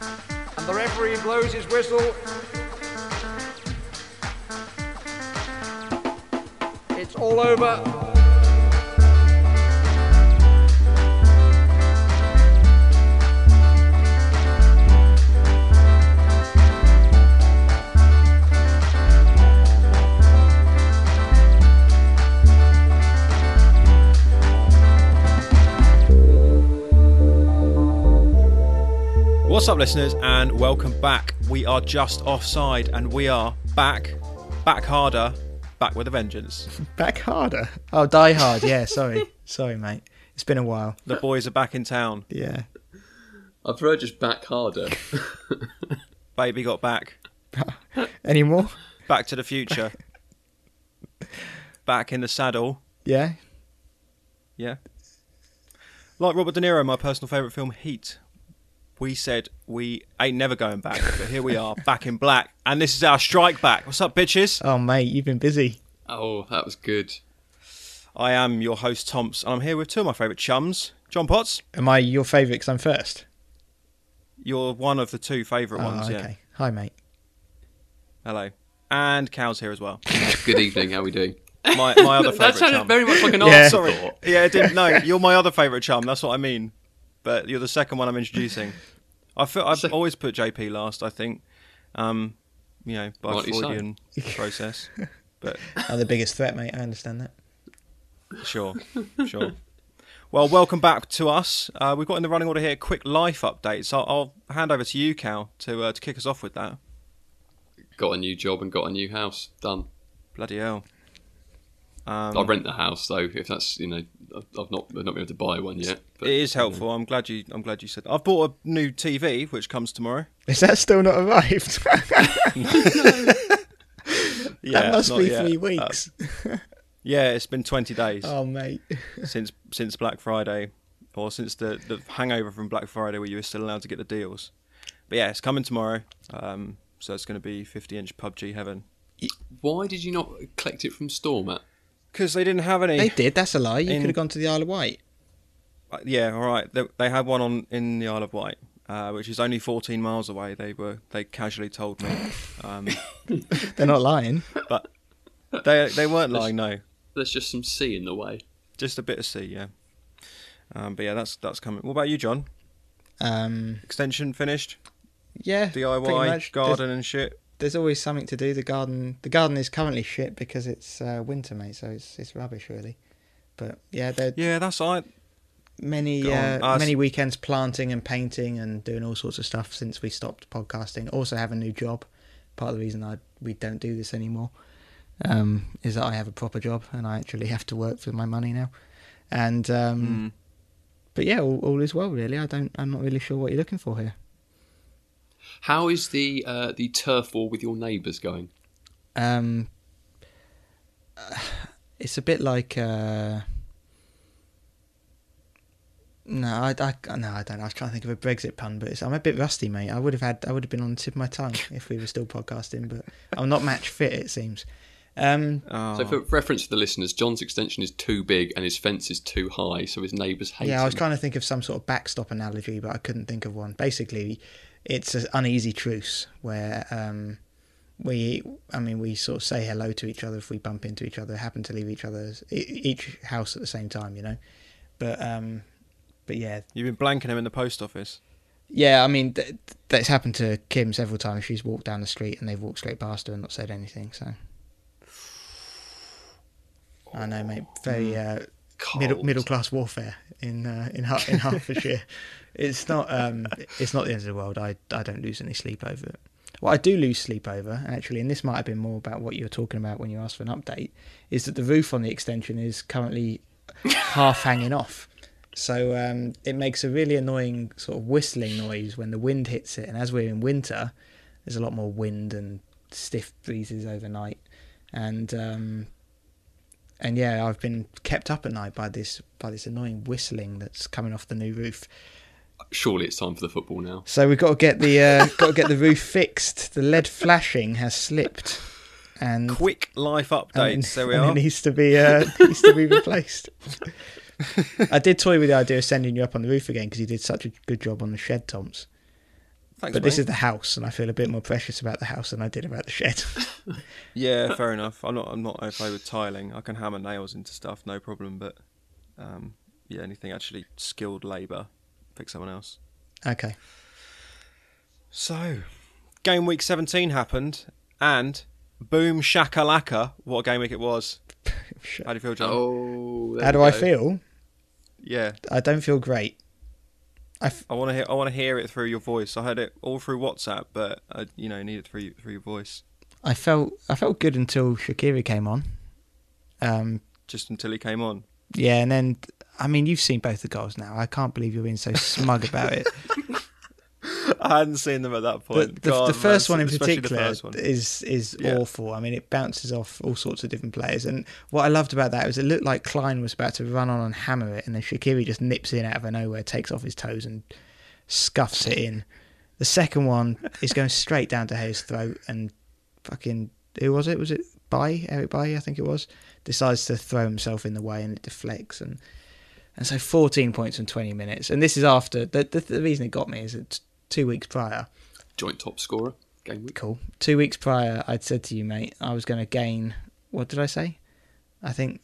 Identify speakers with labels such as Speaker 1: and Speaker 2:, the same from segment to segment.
Speaker 1: The referee blows his whistle. It's all over.
Speaker 2: What's up, listeners, and welcome back. We are just offside, and we are back, back harder, back with a vengeance.
Speaker 3: Back harder. Oh, Die Hard. Yeah, sorry, sorry, mate. It's been a while.
Speaker 2: The boys are back in town.
Speaker 3: Yeah,
Speaker 4: I prefer just back harder.
Speaker 2: Baby got back,
Speaker 3: any more?
Speaker 2: back to the future, back in the saddle.
Speaker 3: Yeah.
Speaker 2: Yeah. Like Robert De Niro, my personal favourite film, Heat. We said we ain't never going back, but here we are, back in black, and this is our strike back. What's up, bitches?
Speaker 3: Oh, mate, you've been busy.
Speaker 4: oh, that was good.
Speaker 2: I am your host, Tomps, and I'm here with two of my favourite chums, John Potts.
Speaker 3: Am I your favourite? Because I'm first.
Speaker 2: You're one of the two favourite ones,
Speaker 3: oh, okay.
Speaker 2: yeah.
Speaker 3: Hi, mate.
Speaker 2: Hello. And Cal's here as well.
Speaker 4: Good evening. How we doing?
Speaker 2: My, my other
Speaker 4: that
Speaker 2: favourite
Speaker 4: sounded
Speaker 2: chum.
Speaker 4: very much like an
Speaker 3: Yeah.
Speaker 4: afterthought.
Speaker 2: Sorry. Yeah, I didn't know. You're my other favourite chum. That's what I mean. But you're the second one I'm introducing. I feel I've
Speaker 4: So-
Speaker 2: always put JP last. I think, um, you know, by
Speaker 4: Rightly so.
Speaker 2: Freudian process. But
Speaker 3: I'm the biggest threat, mate. I understand that.
Speaker 2: sure, sure. Well, welcome back to us. Uh, we've got in the running order here a quick life update. So I'll hand over to you, Cal, to uh, to kick us off with that.
Speaker 4: Got a new job and got a new house. Done.
Speaker 2: Bloody hell.
Speaker 4: I
Speaker 2: Um,
Speaker 4: rent the house though. If that's you know, I've I've not I've not been able to buy one yet. But
Speaker 2: it is helpful. I'm glad you. I'm glad you said. That. I've bought a new TV, which comes tomorrow.
Speaker 3: Is that still not arrived?
Speaker 2: Yeah,
Speaker 3: that must
Speaker 2: not
Speaker 3: be
Speaker 2: yet.
Speaker 3: three
Speaker 2: Uh,
Speaker 3: weeks.
Speaker 2: yeah, it's been 20 days.
Speaker 3: oh, mate.
Speaker 2: since since Black Friday, or since the the hangover from Black Friday, where you were still allowed to get the deals. But yeah, it's coming tomorrow. Um, so it's going to be 50 inch PUBG heaven.
Speaker 4: Why did you not collect it from store, Matt?
Speaker 2: Because they didn't have any.
Speaker 3: They did. That's a lie. You
Speaker 2: In-
Speaker 3: could have gone to the Isle of Wight.
Speaker 2: Uh, yeah, all right. They, they had one on in the Isle of Wight, uh, which is only 14 miles away. They were they casually told me, um,
Speaker 3: They're not lying.
Speaker 2: but they they weren't lying. No,
Speaker 4: There's just some sea in the way.
Speaker 2: just a bit of sea. Yeah. Um, but yeah, that's that's coming. What about you, John?
Speaker 3: Um,
Speaker 2: Extension finished,
Speaker 3: yeah. pretty
Speaker 2: DIY,
Speaker 3: much. There's,
Speaker 2: garden and shit.
Speaker 3: there's always something to do. The garden. The garden is currently shit because it's uh, winter, mate. So it's it's rubbish, really. But yeah, they're,
Speaker 2: Yeah, that's I.
Speaker 3: many
Speaker 2: Go on,
Speaker 3: uh,
Speaker 2: us.
Speaker 3: many weekends planting and painting and doing all sorts of stuff since we stopped podcasting. Also have a new job. Part of the reason I we don't do this anymore um, is that I have a proper job and I actually have to work for my money now. And
Speaker 2: Hmm.
Speaker 3: um, but yeah, all, all is well really. I don't. I'm not really sure what you're looking for here.
Speaker 4: How is the uh, the turf war with your neighbours going?
Speaker 3: Um, it's a bit like. Uh, no, I, I, no, I don't. know. I was trying to think of a Brexit pun, but it's, I'm a bit rusty, mate. I would have had, I would have been on the tip of my tongue if we were still podcasting, but I'm not match fit, it seems. Um,
Speaker 2: Oh.
Speaker 4: So for reference for the listeners, John's extension is too big and his fence is too high, so his neighbours hate
Speaker 3: yeah, I was
Speaker 4: him.
Speaker 3: trying to think of some sort of backstop analogy, but I couldn't think of one. Basically, it's an uneasy truce where um, we, I mean, we sort of say hello to each other if we bump into each other, happen to leave each other's e- each house at the same time, you know. But um, but yeah,
Speaker 2: You've been blanking him in the post office.
Speaker 3: yeah, I mean, th- th- that's happened to Kim several times. She's walked down the street and they've walked straight past her and not said anything. So I know, mate. Very uh, middle
Speaker 4: Cold.
Speaker 3: middle class warfare in uh, in Har- in Hertfordshire. it's not um, it's not the end of the world. I I don't lose any sleep over it. What I do lose sleep over, actually, and this might have been more about what you were talking about when you asked for an update, is that the roof on the extension is currently half hanging off. So um, it makes a really annoying sort of whistling noise when the wind hits it. And as we're in winter, there's a lot more wind and stiff breezes overnight. And um, and yeah, I've been kept up at night by this by this annoying whistling that's coming off the new roof.
Speaker 4: Surely it's time for the football now.
Speaker 3: So we've got to get the uh, got to get the roof fixed. The lead flashing has slipped, and
Speaker 2: Quick life
Speaker 3: and
Speaker 2: updates.
Speaker 3: it-
Speaker 2: there we
Speaker 3: and
Speaker 2: are.
Speaker 3: It needs to be uh, needs to be replaced. I did toy with the idea of sending you up on the roof again because you did such a good job on the shed, Tom's.
Speaker 2: Thanks,
Speaker 3: but this
Speaker 2: mate.
Speaker 3: is the house, and I feel a bit more precious about the house than I did about the shed.
Speaker 2: Yeah, fair enough. I'm not I'm not okay with tiling. I can hammer nails into stuff, no problem. But um, yeah, anything actually skilled labour, pick someone else.
Speaker 3: okay.
Speaker 2: So, game week 17 happened, and boom shakalaka! What a game week it was.
Speaker 3: Shit.
Speaker 2: How do you feel, John?
Speaker 4: Oh, there
Speaker 3: How
Speaker 4: we
Speaker 3: do I
Speaker 4: go.
Speaker 3: feel?
Speaker 2: Yeah,
Speaker 3: I don't feel great. I f-
Speaker 2: I want to hear. I want to hear it through your voice. I heard it all through WhatsApp, but I, you know, need it through through your voice.
Speaker 3: I felt I felt good until Shakira came on. Um,
Speaker 2: Just until he came on.
Speaker 3: yeah, and then I mean you've seen both the goals now. I can't believe you're being so smug about it.
Speaker 2: I hadn't seen them at that
Speaker 3: The,
Speaker 2: point.
Speaker 3: the,
Speaker 2: God,
Speaker 3: the first
Speaker 2: man,
Speaker 3: one in
Speaker 2: especially The
Speaker 3: particular
Speaker 2: first one.
Speaker 3: is is
Speaker 2: Yeah.
Speaker 3: awful. I mean, it bounces off all sorts of different players. And what I loved about that was it looked like Klein was about to run on and hammer it, and then Shakiri just nips in out of nowhere, takes off his toes, and scuffs it in. The second one is going straight down to Hayes' throat, and fucking who was it? Was it Bay Eric Bay? I think it was. Decides to throw himself in the way, and it deflects and. And so 14 points in 20 minutes. And this is after. The, the, the reason it got me is that two weeks prior,
Speaker 4: Joint top scorer game week.
Speaker 3: Cool. Two weeks prior, I'd said to you, mate, I was going to gain. What did I say? I think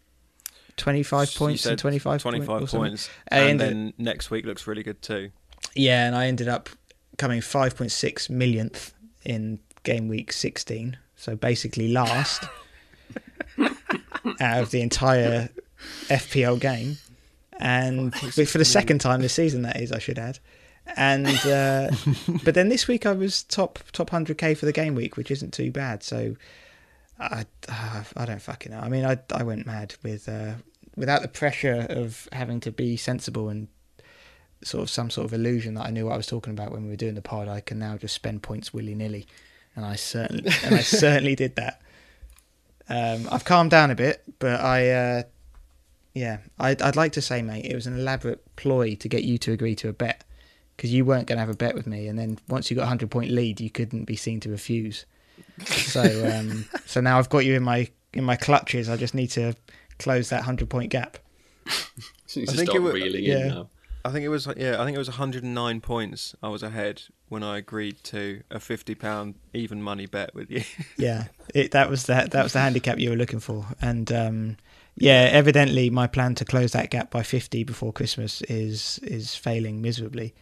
Speaker 3: twenty-five
Speaker 2: You
Speaker 3: uh, points and
Speaker 2: said
Speaker 3: twenty-five, point-
Speaker 2: 25
Speaker 3: or something.
Speaker 2: points.
Speaker 3: I
Speaker 2: And
Speaker 3: ended-
Speaker 2: then next week looks really good too.
Speaker 3: Yeah, and I ended up coming five point six millionth in game week sixteen. So basically last out of the entire FPL game, and but for the second time this season, that is, I should add. And uh, but then this week I was top top hundred k for the game week, which isn't too bad. So I uh, I don't fucking know. I mean, I I went mad with uh, without the pressure of having to be sensible and sort of some sort of illusion that I knew what I was talking about when we were doing the pod. I can now just spend points willy nilly, and I certainly and I certainly did that. Um, I've calmed down a bit, but I, uh, yeah, I'd, I'd like to say, mate, it was an elaborate ploy to get you to agree to a bet because you weren't going to have a bet with me, and then once you got a hundred point lead, you couldn't be seen to refuse. So, um, so now I've got you in my in my clutches. I just need to close that hundred point gap.
Speaker 2: I
Speaker 4: So you need to
Speaker 2: think
Speaker 4: start
Speaker 2: it wa-
Speaker 4: reeling
Speaker 3: yeah.
Speaker 4: in um, now.
Speaker 2: I think it was yeah. I think it was 109 points. I was ahead when I agreed to a 50 pound even money bet with you.
Speaker 3: yeah it, that was that that was the handicap you were looking for and um yeah evidently my plan to close that gap by 50 before christmas is is failing miserably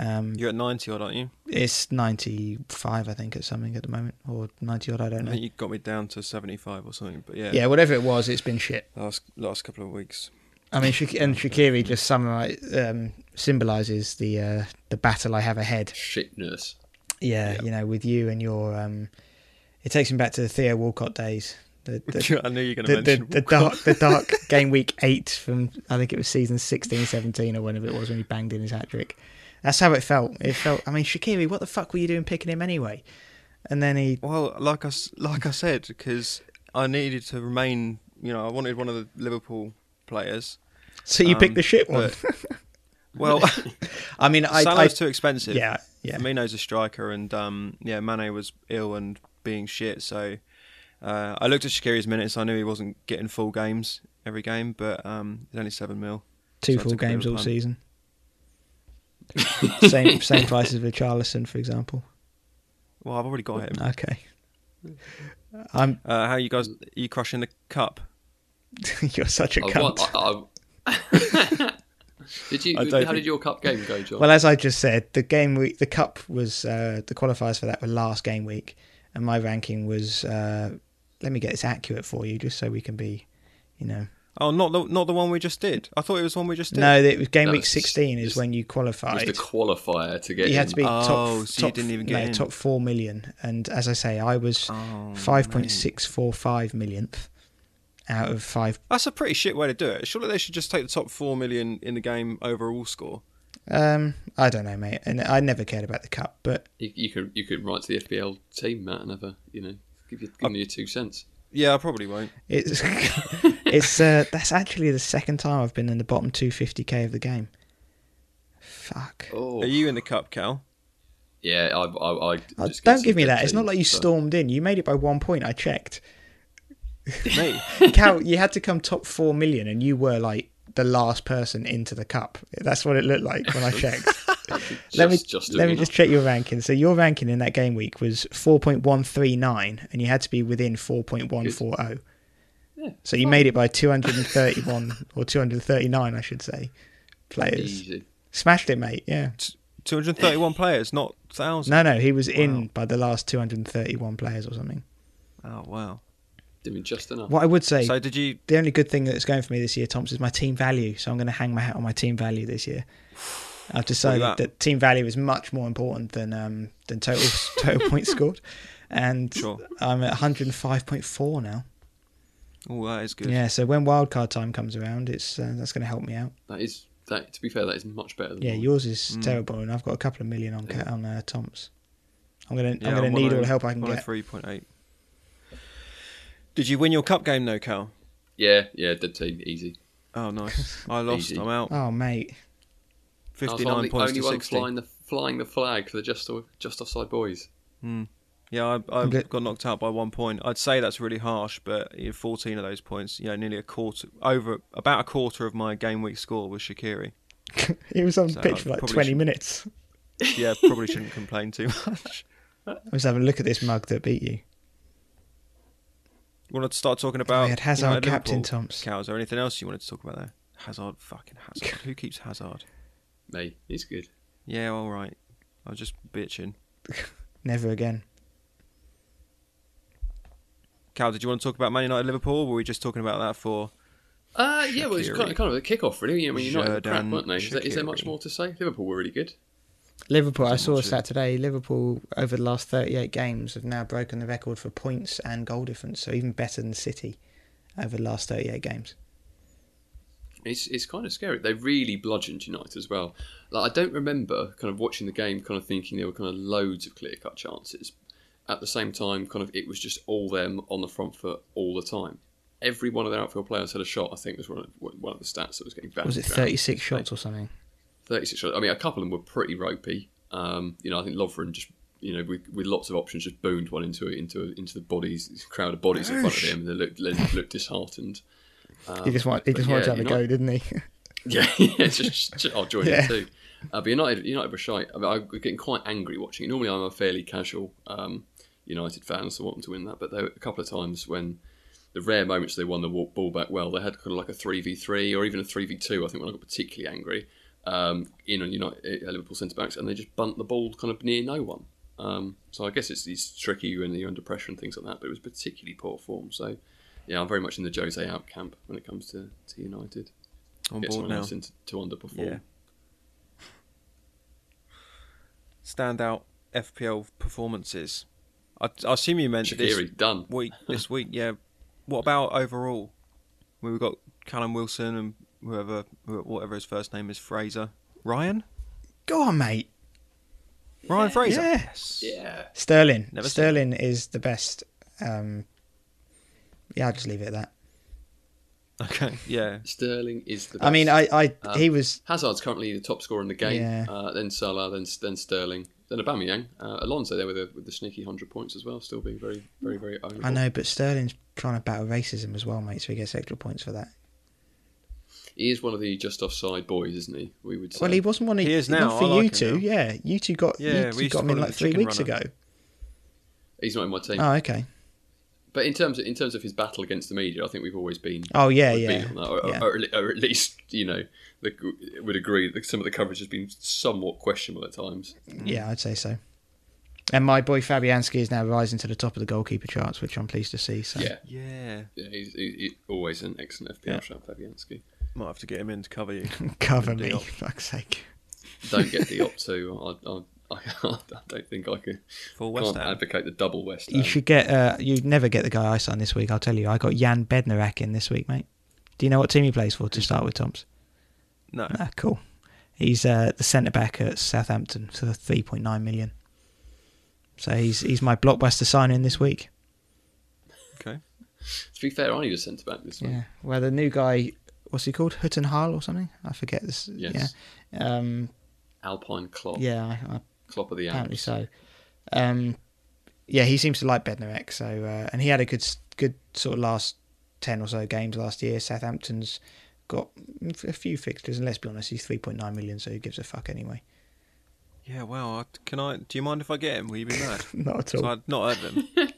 Speaker 3: um
Speaker 2: You're at 90 odd, aren't you?
Speaker 3: it's 95 i think at something at the moment or 90 odd i don't
Speaker 2: I
Speaker 3: know
Speaker 2: think you got me down to 75 or something. But yeah,
Speaker 3: yeah whatever it was it's been shit
Speaker 2: last last couple of weeks.
Speaker 3: I mean, Shak- and Shakiri just summarize, um, symbolizes the uh, the battle I have ahead.
Speaker 4: Shitness.
Speaker 3: Yeah, you know, with you and your, um, it takes me back to the Theo Walcott days. The, the,
Speaker 2: I knew you were going to
Speaker 3: the, the,
Speaker 2: mention.
Speaker 3: the dark the dark game week eight from I think it was season 16, 17 or whenever it was when he banged in his hat trick. That's how it felt. It felt. I mean, Shakiri, what the fuck were you doing picking him anyway? And then he.
Speaker 2: Well, like I s- like I said, because I needed to remain. You know, I wanted one of the Liverpool players.
Speaker 3: So you
Speaker 2: Um,
Speaker 3: picked the shit one.
Speaker 2: but- well,
Speaker 3: I mean, I. I
Speaker 2: Salah's too expensive.
Speaker 3: yeah, yeah.
Speaker 2: Firmino's a striker, and um, yeah, Mane was ill and being shit. So uh, I looked at Shakiri's minutes. I knew he wasn't getting full games every game, but um, it's only seven mil.
Speaker 3: two
Speaker 2: so I
Speaker 3: full
Speaker 2: took a bit
Speaker 3: games
Speaker 2: of a
Speaker 3: all
Speaker 2: punt.
Speaker 3: season. same same price as Richarlison, for example.
Speaker 2: Well, I've already got him.
Speaker 3: Okay. I'm.
Speaker 2: Uh, how you guys? Are you crushing the cup?
Speaker 3: you're such a
Speaker 4: I
Speaker 3: cunt.
Speaker 4: want- I- I- did you?
Speaker 2: I
Speaker 4: How
Speaker 2: don't think-
Speaker 4: did your cup game go, John?
Speaker 3: Well, as I just said, the game week, the cup was uh, the qualifiers for that were last game week, and my ranking was. Uh, let me get this accurate for you, just so we can be, you know.
Speaker 2: Oh, not the not the one we just did. I thought it was the one we just did.
Speaker 3: No, it was game
Speaker 4: No,
Speaker 3: week
Speaker 4: it's-
Speaker 3: sixteen is
Speaker 4: it's-
Speaker 3: when you
Speaker 4: it
Speaker 3: qualified.
Speaker 4: was the qualifier to get.
Speaker 3: you had
Speaker 4: in.
Speaker 3: to be
Speaker 2: Oh,
Speaker 3: top,
Speaker 2: so you
Speaker 3: top-
Speaker 2: didn't even get
Speaker 3: no,
Speaker 2: in.
Speaker 3: top four million, and as I say, I was
Speaker 2: Oh,
Speaker 3: five point six four five millionth out of five.
Speaker 2: That's a pretty shit way to do it. Surely they should just take the top four million in the game overall score.
Speaker 3: Um, I don't know, mate, and I never cared about the cup, but
Speaker 4: You, you could you could write to the FBL team, Matt, and have a you know give you
Speaker 3: Uh,
Speaker 4: give me your two cents.
Speaker 2: Yeah, I probably won't.
Speaker 3: It's it's uh, that's actually the second time I've been in the bottom 250k of the game. Fuck.
Speaker 4: Oh
Speaker 2: Are you in the cup, Cal?
Speaker 4: yeah, I I, I
Speaker 3: Oh,
Speaker 4: just get
Speaker 3: don't
Speaker 4: some
Speaker 3: give me
Speaker 4: good
Speaker 3: that. It's not
Speaker 4: teams,
Speaker 3: like you
Speaker 4: so-
Speaker 3: stormed in. You made it by one point. I checked.
Speaker 2: Me?
Speaker 3: Cal, you had to come top four million, and you were like the last person into the cup. That's what it looked like when I checked. let me
Speaker 4: Just- just
Speaker 3: let me
Speaker 4: enough.
Speaker 3: just check your ranking. So your ranking in that game week was 4.139, and you had to be within 4.140. oh. so you made it by 231 or 239, I should say, players.
Speaker 4: Easy.
Speaker 3: Smashed it, mate. Yeah.
Speaker 2: 231 players, not thousands.
Speaker 3: No, no, he was in by the last 231 players or something.
Speaker 2: Oh wow.
Speaker 4: Doing just enough.
Speaker 3: What I would say,
Speaker 2: So did you?
Speaker 3: the only good thing that's going for me this year, Thompson, is my team value. So I'm going to hang my hat on my team value this year. I've decided
Speaker 2: that?
Speaker 3: that? team value is much more important than um, than total total points scored, and
Speaker 2: Sure.
Speaker 3: I'm at 105.4 now.
Speaker 2: Oh, that is good.
Speaker 3: Yeah, so when wildcard time comes around, it's uh, that's going to help me out.
Speaker 4: That is that. To be fair, that is much better than
Speaker 3: Yeah,
Speaker 4: mine.
Speaker 3: yours is
Speaker 2: Mm.
Speaker 3: terrible, and I've got a couple of million on Ca- on uh, Tom's. I'm
Speaker 2: Yeah,
Speaker 3: gonna
Speaker 2: oh-
Speaker 3: I'm gonna need all the help I can get.
Speaker 2: 103.8. Did you win your cup game though, Cal?
Speaker 4: yeah, yeah. Dead team, easy.
Speaker 2: Oh, nice. I lost.
Speaker 4: Easy.
Speaker 2: I'm out.
Speaker 3: Oh mate,
Speaker 4: I was one
Speaker 2: 59
Speaker 4: of the
Speaker 2: points
Speaker 4: only
Speaker 2: to
Speaker 4: one
Speaker 2: 60.
Speaker 4: flying the flying the flag for the just just offside boys.
Speaker 2: Yeah, I, I
Speaker 3: Okay.
Speaker 2: got knocked out by one point. I'd say that's really harsh, but you know, 14 of those points, you know, nearly a quarter, over about a quarter of my game week score was Shakiri.
Speaker 3: he was on
Speaker 2: So I
Speaker 3: pitch for like
Speaker 2: probably
Speaker 3: 20
Speaker 2: should-
Speaker 3: minutes.
Speaker 2: Yeah, probably shouldn't complain too much.
Speaker 3: I was having a look at this mug that beat you.
Speaker 2: You wanted to start talking about
Speaker 3: I Oh, had Hazard
Speaker 2: United
Speaker 3: captain,
Speaker 2: Liverpool.
Speaker 3: Tom's.
Speaker 2: Cal, is there anything else you wanted to talk about there? Hazard, fucking Hazard. Who keeps Hazard?
Speaker 4: Me, he's good.
Speaker 2: Yeah, all right. I was just bitching.
Speaker 3: Never again.
Speaker 2: Cal, did you want to talk about Man United Liverpool? Or were we just talking about that for?
Speaker 4: Uh, yeah, well, it's kind of, kind of a kick-off, really. I mean, United were crap,
Speaker 2: Jordan
Speaker 4: weren't they? Is there, is there much
Speaker 2: Shaqiri.
Speaker 4: more to say? Liverpool were really good.
Speaker 3: Liverpool, I saw a
Speaker 2: much,
Speaker 3: stat today. Liverpool, over the last 38 games, have now broken the record for points and goal difference, so even better than City over the last 38 games.
Speaker 4: It's it's kind of scary. They really bludgeoned United as well. Like I don't remember kind of watching the game, kind of thinking there were kind of loads of clear cut chances. At the same time, kind of it was just all them on the front foot all the time. Every one of their outfield players had a shot. I think was one of, one of the stats that was getting banned.
Speaker 3: Was it 36 shots or something?
Speaker 4: 36 shots. I mean, a couple of them were pretty ropey. Um, you know, I think Lovren just, you know, with, with lots of options, just boomed one into into into the bodies, crowd of bodies in front of him, and they looked looked, looked disheartened.
Speaker 2: um,
Speaker 3: he just wanted, he
Speaker 4: but
Speaker 3: just wanted
Speaker 4: yeah,
Speaker 3: to have a
Speaker 4: you're
Speaker 3: go,
Speaker 4: not-
Speaker 3: didn't he?
Speaker 4: Yeah, yeah, just, just I'll join
Speaker 3: Yeah.
Speaker 4: in too. Uh, but United, United were shy. I mean, I was getting quite angry watching it. Normally, I'm a fairly casual um, United fan, so I want them to win that. But there were a couple of times when the rare moments they won the wa- ball back well, they had kind of like a three v three or even a three v two. I think when I got particularly angry um, in on United uh, Liverpool centre backs, and they just bunt the ball kind of near no one. Um, so I guess it's, it's tricky when you're under pressure and things like that. But it was particularly poor form. So yeah, I'm very much in the Jose out camp when it comes to, to United
Speaker 2: On
Speaker 4: get
Speaker 2: board
Speaker 4: someone
Speaker 2: now.
Speaker 4: else in to, to underperform.
Speaker 2: Yeah. Standout FPL performances. I, I assume you meant this
Speaker 4: Shaqiri, done.
Speaker 2: week. This week, yeah. What about overall? I mean, We've got Callum Wilson and whoever, wh- whatever his first name is, Fraser. Ryan.
Speaker 3: go on, mate.
Speaker 2: Ryan Fraser.
Speaker 3: Yeah.
Speaker 2: Yes.
Speaker 4: Yeah.
Speaker 3: Sterling.
Speaker 2: Never seen
Speaker 3: Sterling is the best. Um, yeah, I'll just leave it at that.
Speaker 2: Okay. Yeah.
Speaker 4: Sterling is the best.
Speaker 3: I mean, I, I
Speaker 4: Um,
Speaker 3: he was
Speaker 4: Hazard's currently the top scorer in the game.
Speaker 3: Yeah.
Speaker 4: Uh, then Salah, then then Sterling, then Aubameyang, uh, Alonso there with the, with the sneaky hundred points as well. Still being very very very ownable.
Speaker 3: I know, but Sterling's trying to battle racism as well, mate. So he gets extra points for that.
Speaker 4: He is one of the just offside boys, isn't he? We would say.
Speaker 3: well, he wasn't one. Of,
Speaker 2: He is now,
Speaker 3: Not for
Speaker 2: I like
Speaker 3: you
Speaker 2: him
Speaker 3: two.
Speaker 2: now.
Speaker 3: Yeah, you two got.
Speaker 2: Yeah,
Speaker 3: you
Speaker 2: we used
Speaker 3: two
Speaker 2: to
Speaker 3: got
Speaker 2: call
Speaker 3: him in
Speaker 2: him
Speaker 3: like
Speaker 2: the
Speaker 3: three
Speaker 2: chicken
Speaker 3: weeks
Speaker 2: runner.
Speaker 3: ago.
Speaker 4: he's not in my team.
Speaker 3: Oh, okay.
Speaker 4: but in terms of, in terms of his battle against the media, I think we've always been.
Speaker 3: Oh yeah,
Speaker 4: we've
Speaker 3: yeah.
Speaker 4: been on that, or,
Speaker 3: yeah.
Speaker 4: or, or at least you know the, would agree that some of the coverage has been somewhat questionable at times.
Speaker 3: Yeah, I'd say so. And my boy Fabianski is now rising to the top of the goalkeeper charts, which I'm pleased to see. So
Speaker 4: Yeah,
Speaker 2: Yeah.
Speaker 4: yeah he's, he, he, always an excellent FPL shout, Fabianski.
Speaker 2: Might have to get him in to cover you.
Speaker 3: cover me,
Speaker 2: Indeed.
Speaker 3: fuck's sake.
Speaker 4: don't get the opt to. I, I, I, I don't think I could.
Speaker 2: For West
Speaker 4: can't
Speaker 2: Ham.
Speaker 4: advocate the double West Ham.
Speaker 3: You should get. Uh, you never get the guy I signed this week. I'll tell you. I got Jan Bednarak in this week, mate. Do you know what team he plays for to start with, Tom's?
Speaker 2: No.
Speaker 3: Ah, cool. He's uh, the centre back at Southampton for three point nine million. So he's he's my blockbuster signing this week.
Speaker 2: Okay.
Speaker 4: To be fair, I need a centre back this week.
Speaker 3: Yeah, where the new guy, what's he called, Hutton Hall or something? I forget this.
Speaker 4: Yes.
Speaker 3: Yeah, um,
Speaker 4: Alpine Klopp.
Speaker 3: yeah, I, I,
Speaker 4: Klopp of the
Speaker 3: apparently
Speaker 4: Alps.
Speaker 3: so. Um, yeah, he seems to like Bednarek. So, uh, and he had a good, s- good sort of last ten or so games last year. Southampton's got a few fixtures, and let's be honest, he's three point nine million, so he gives a fuck anyway.
Speaker 2: Yeah, well, I, can I? Do you mind if I get him? Will you be mad?
Speaker 3: Not at all.
Speaker 2: so I'd not heard them.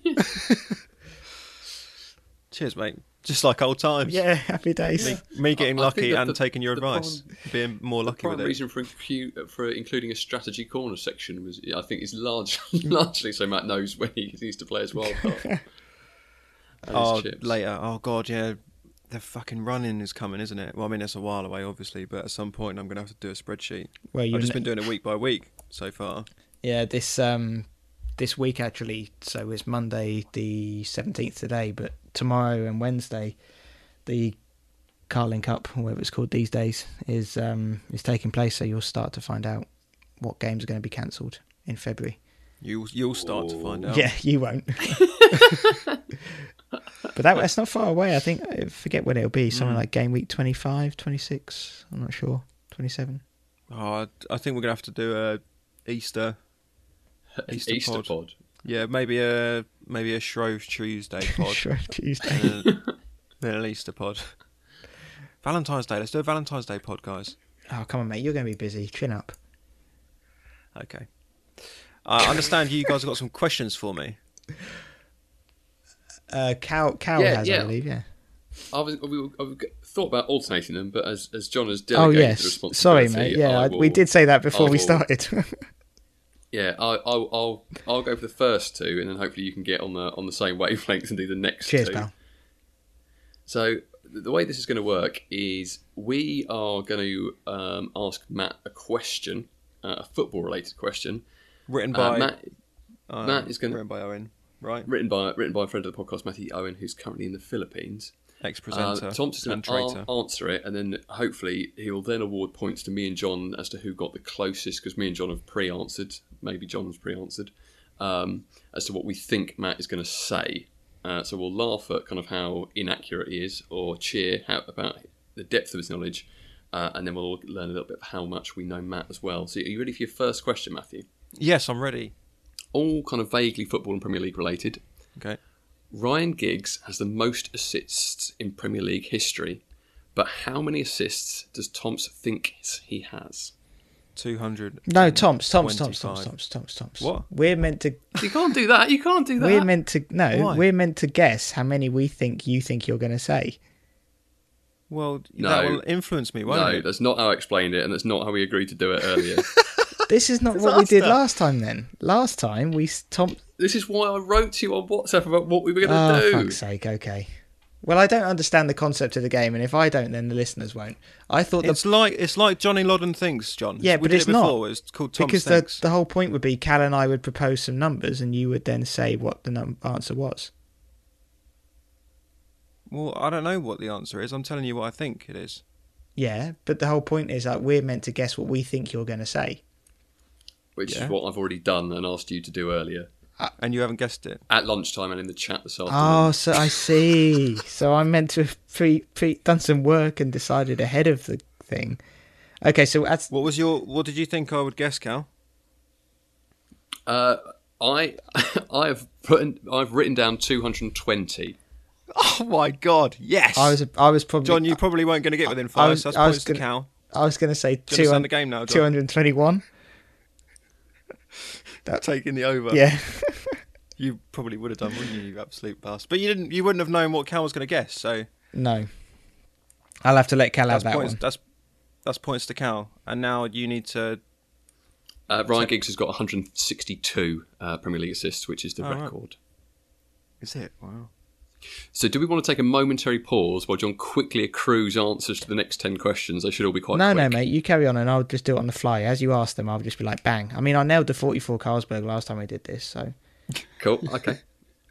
Speaker 2: Cheers, mate. Just like old times.
Speaker 3: yeah, happy days.
Speaker 2: Me getting
Speaker 4: I- I think
Speaker 2: lucky
Speaker 4: that
Speaker 2: and
Speaker 4: the-
Speaker 2: taking your
Speaker 4: the
Speaker 2: advice, being more lucky
Speaker 4: Prime
Speaker 2: with it.
Speaker 4: reason for, incu- for including a strategy corner section was, I think, is large, largely so Matt knows when he needs to play his wild card. And his
Speaker 2: Oh,
Speaker 4: chips.
Speaker 2: later. Oh God, yeah. The fucking running is coming, isn't it? Well, I mean, it's a while away, obviously, but at some point I'm going to have to do a spreadsheet.
Speaker 3: Well, you
Speaker 2: I've just
Speaker 3: kn-
Speaker 2: been doing it week by week so far.
Speaker 3: Yeah, this um this week actually, so it's Monday the seventeenth today, but tomorrow and Wednesday, the Carling Cup, or whatever it's called these days, is um is taking place. So you'll start to find out what games are going to be cancelled in February.
Speaker 2: You'll you'll start to find out.
Speaker 3: Yeah, you won't. but that that's not far away. I think I forget when it'll be. Something like game week 25, 26, I'm not sure. Twenty seven.
Speaker 2: Oh, I, I think we're going to have to do a Easter.
Speaker 4: An
Speaker 2: Easter
Speaker 4: Easter,
Speaker 2: pod.
Speaker 4: pod.
Speaker 2: Yeah, maybe a maybe a Shrove Tuesday pod.
Speaker 3: sure, Tuesday.
Speaker 2: and a- then an Easter pod. Valentine's Day. Let's do a Valentine's Day pod, guys.
Speaker 3: Oh come on, mate, you're going to be busy. Chin up.
Speaker 2: Okay. I understand you guys have got some questions for me.
Speaker 3: Uh, Cow, Cow
Speaker 4: Yeah,
Speaker 3: has, I
Speaker 4: yeah.
Speaker 3: believe, yeah.
Speaker 4: I was, we, were- I thought about alternating them, but as, as John has
Speaker 3: Oh
Speaker 4: delegated the
Speaker 3: yes, sorry,
Speaker 4: responsibility,
Speaker 3: mate. Yeah,
Speaker 4: I
Speaker 3: I we
Speaker 4: will-
Speaker 3: did say that before
Speaker 4: I
Speaker 3: we
Speaker 4: will-
Speaker 3: started.
Speaker 4: Yeah, I, I'll, I'll I'll go for the first two, and then hopefully you can get on the on the same wavelength and do the next
Speaker 3: Cheers,
Speaker 4: two.
Speaker 3: pal.
Speaker 4: So the the way this is going to work is we are going to um, ask Matt a question, uh, a football-related question.
Speaker 2: Written
Speaker 4: Uh,
Speaker 2: by
Speaker 4: Matt,
Speaker 2: um,
Speaker 4: Matt is gonna-
Speaker 2: written by Owen, right?
Speaker 4: written by written by a friend of the podcast, Matty Owen, who's currently in the Philippines.
Speaker 2: Ex
Speaker 4: Uh,
Speaker 2: presenter
Speaker 4: Tom's just going
Speaker 2: and traitor.
Speaker 4: to answer it, and then hopefully he will then award points to me and John as to who got the closest, because me and John have pre-answered. Maybe John's pre-answered um, as to what we think Matt is going to say. Uh, so we'll laugh at kind of how inaccurate he is, or cheer how, about the depth of his knowledge, uh, and then we'll learn a little bit of how much we know Matt as well. So are you ready for your first question, Matthew?
Speaker 2: Yes, I'm ready.
Speaker 4: All kind of vaguely football and Premier League related.
Speaker 2: Okay.
Speaker 4: Ryan Giggs has the most assists in Premier League history, but how many assists does Tomps think he has?
Speaker 2: Two hundred.
Speaker 3: No, Tom's, Tom's, Tom's, Tom's,
Speaker 2: 25.
Speaker 3: Tom's, Tomps, Tomps.
Speaker 2: What?
Speaker 3: We're meant to.
Speaker 4: You can't do that. You can't do that.
Speaker 3: We're meant to. No,
Speaker 2: Why?
Speaker 3: we're meant to guess how many we think you think you're going to say.
Speaker 2: Well,
Speaker 4: No.
Speaker 2: that will influence me, won't
Speaker 4: no,
Speaker 2: it?
Speaker 4: that's not how I explained it, and that's not how we agreed to do it earlier.
Speaker 3: This is not what we did
Speaker 2: Disaster.
Speaker 3: last time. Then last time we s- Tom.
Speaker 4: this is why I wrote to you on WhatsApp about what we were going to
Speaker 3: Oh
Speaker 4: do.
Speaker 3: fuck's sake! Okay. Well, I don't understand the concept of the game, and if I don't, then the listeners won't. I thought the
Speaker 2: It's like it's like Johnny Lodden thinks, John.
Speaker 3: Yeah,
Speaker 2: we
Speaker 3: but
Speaker 2: did
Speaker 3: it's
Speaker 2: it
Speaker 3: not.
Speaker 2: before. It's called Tom's
Speaker 3: because the,
Speaker 2: thinks.
Speaker 3: the whole point would be Cal and I would propose some numbers, and you would then say what the num- answer was.
Speaker 2: Well, I don't know what the answer is. I'm telling you what I think it is.
Speaker 3: Yeah, but the whole point is that we're meant to guess what we think you're going to say.
Speaker 4: Which
Speaker 2: Yeah.
Speaker 4: is what I've already done and asked you to do earlier
Speaker 3: Uh,
Speaker 2: And you haven't guessed it.
Speaker 4: at lunchtime and in the chat this afternoon.
Speaker 3: Oh, so I see. so I'm meant to have pre, pre done some work and decided ahead of the thing. Okay, so that's
Speaker 2: What was your? What did you think I would guess, Cal?
Speaker 4: Uh, I, I have put, in, I've written down 220.
Speaker 2: Oh my God! Yes.
Speaker 3: I was I was probably
Speaker 2: John, you probably weren't going to get within five.
Speaker 3: was-
Speaker 2: so that's
Speaker 3: I was
Speaker 2: points to
Speaker 3: gonna-
Speaker 2: Cal.
Speaker 3: I was going to say
Speaker 2: Do you understand the
Speaker 3: 200,
Speaker 2: game now, John?
Speaker 3: 221.
Speaker 2: Taking the over.
Speaker 3: Yeah.
Speaker 2: You probably would have done, wouldn't you? You absolute bastard. But you didn't. You wouldn't have known what Cal was going to guess. So
Speaker 3: no. I'll have to let Cal out
Speaker 2: that's
Speaker 3: that
Speaker 2: points.
Speaker 3: one.
Speaker 2: That's that's points to Cal. And now you need to.
Speaker 4: Uh, Ryan Giggs has got 162 uh, Premier League assists, which is the
Speaker 2: Oh, right.
Speaker 4: record.
Speaker 2: Is it? Wow.
Speaker 4: So, do we want to take a momentary pause while John quickly accrues answers to the next 10 questions? They should all be quite
Speaker 3: No,
Speaker 4: quick.
Speaker 3: no, mate. You carry on, and I'll just do it on the fly. As you ask them, I'll just be like, bang. I mean, I nailed the 44 Carlsberg last time we did this, so
Speaker 4: Cool. Okay.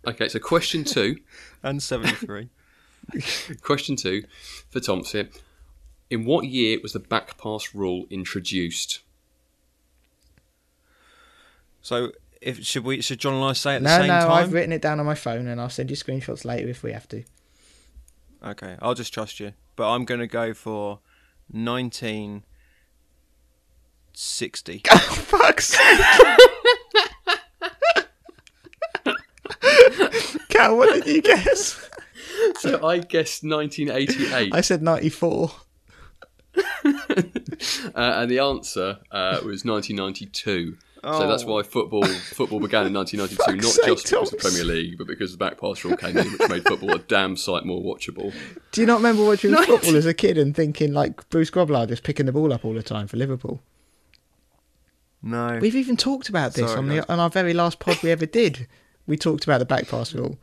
Speaker 4: Okay, so question two.
Speaker 2: And seventy-three.
Speaker 4: Question two for Tomps here. In what year was the back pass rule introduced?
Speaker 2: so if should we should John and I say at the
Speaker 3: no,
Speaker 2: same
Speaker 3: no,
Speaker 2: time?
Speaker 3: I've written it down on my phone, and I'll send you screenshots later if we have to.
Speaker 2: Okay, I'll just trust you. But I'm going to go for 1960.
Speaker 3: Fuck's Cal, what did you guess?
Speaker 4: So, I guess 1988.
Speaker 3: I said 94.
Speaker 4: Uh, and the answer uh, was 1992. So that's why football football began in 1992, not
Speaker 3: Oh. Fuck's sake,
Speaker 4: just because of the
Speaker 3: Thomas.
Speaker 4: Premier League, but because the back pass rule came in, which made football a damn sight more watchable.
Speaker 3: Do you not remember watching football as a kid and thinking like Bruce Grobbelaar just picking the ball up all the time for Liverpool?
Speaker 2: No.
Speaker 3: We've even talked about this
Speaker 2: Sorry,
Speaker 3: on
Speaker 2: guys.
Speaker 3: the on our very last pod we ever did. We talked about the back pass rule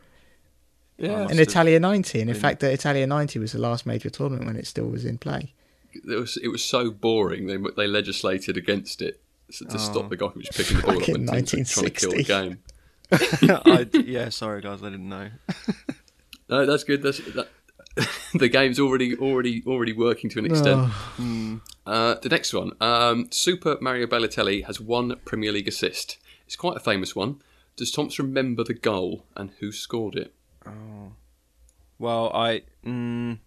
Speaker 4: Yeah,
Speaker 3: in Italia 90, and in fact, the Italia 90 was the last major tournament when it still was in play.
Speaker 4: it was it was so boring. They they legislated against it to to stop the guy who was picking the ball up
Speaker 3: Oh. Fucking
Speaker 4: and trying to kill the
Speaker 3: 1960.
Speaker 4: game.
Speaker 2: I, yeah, sorry guys, I didn't know.
Speaker 4: No, that's good. That's that, the game's already already already working to an extent.
Speaker 3: Oh.
Speaker 4: Uh, the next one, um, Super Mario Balotelli has one Premier League assist. It's quite a famous one. Does Thompson remember the goal and who scored it?
Speaker 2: Well, I mm,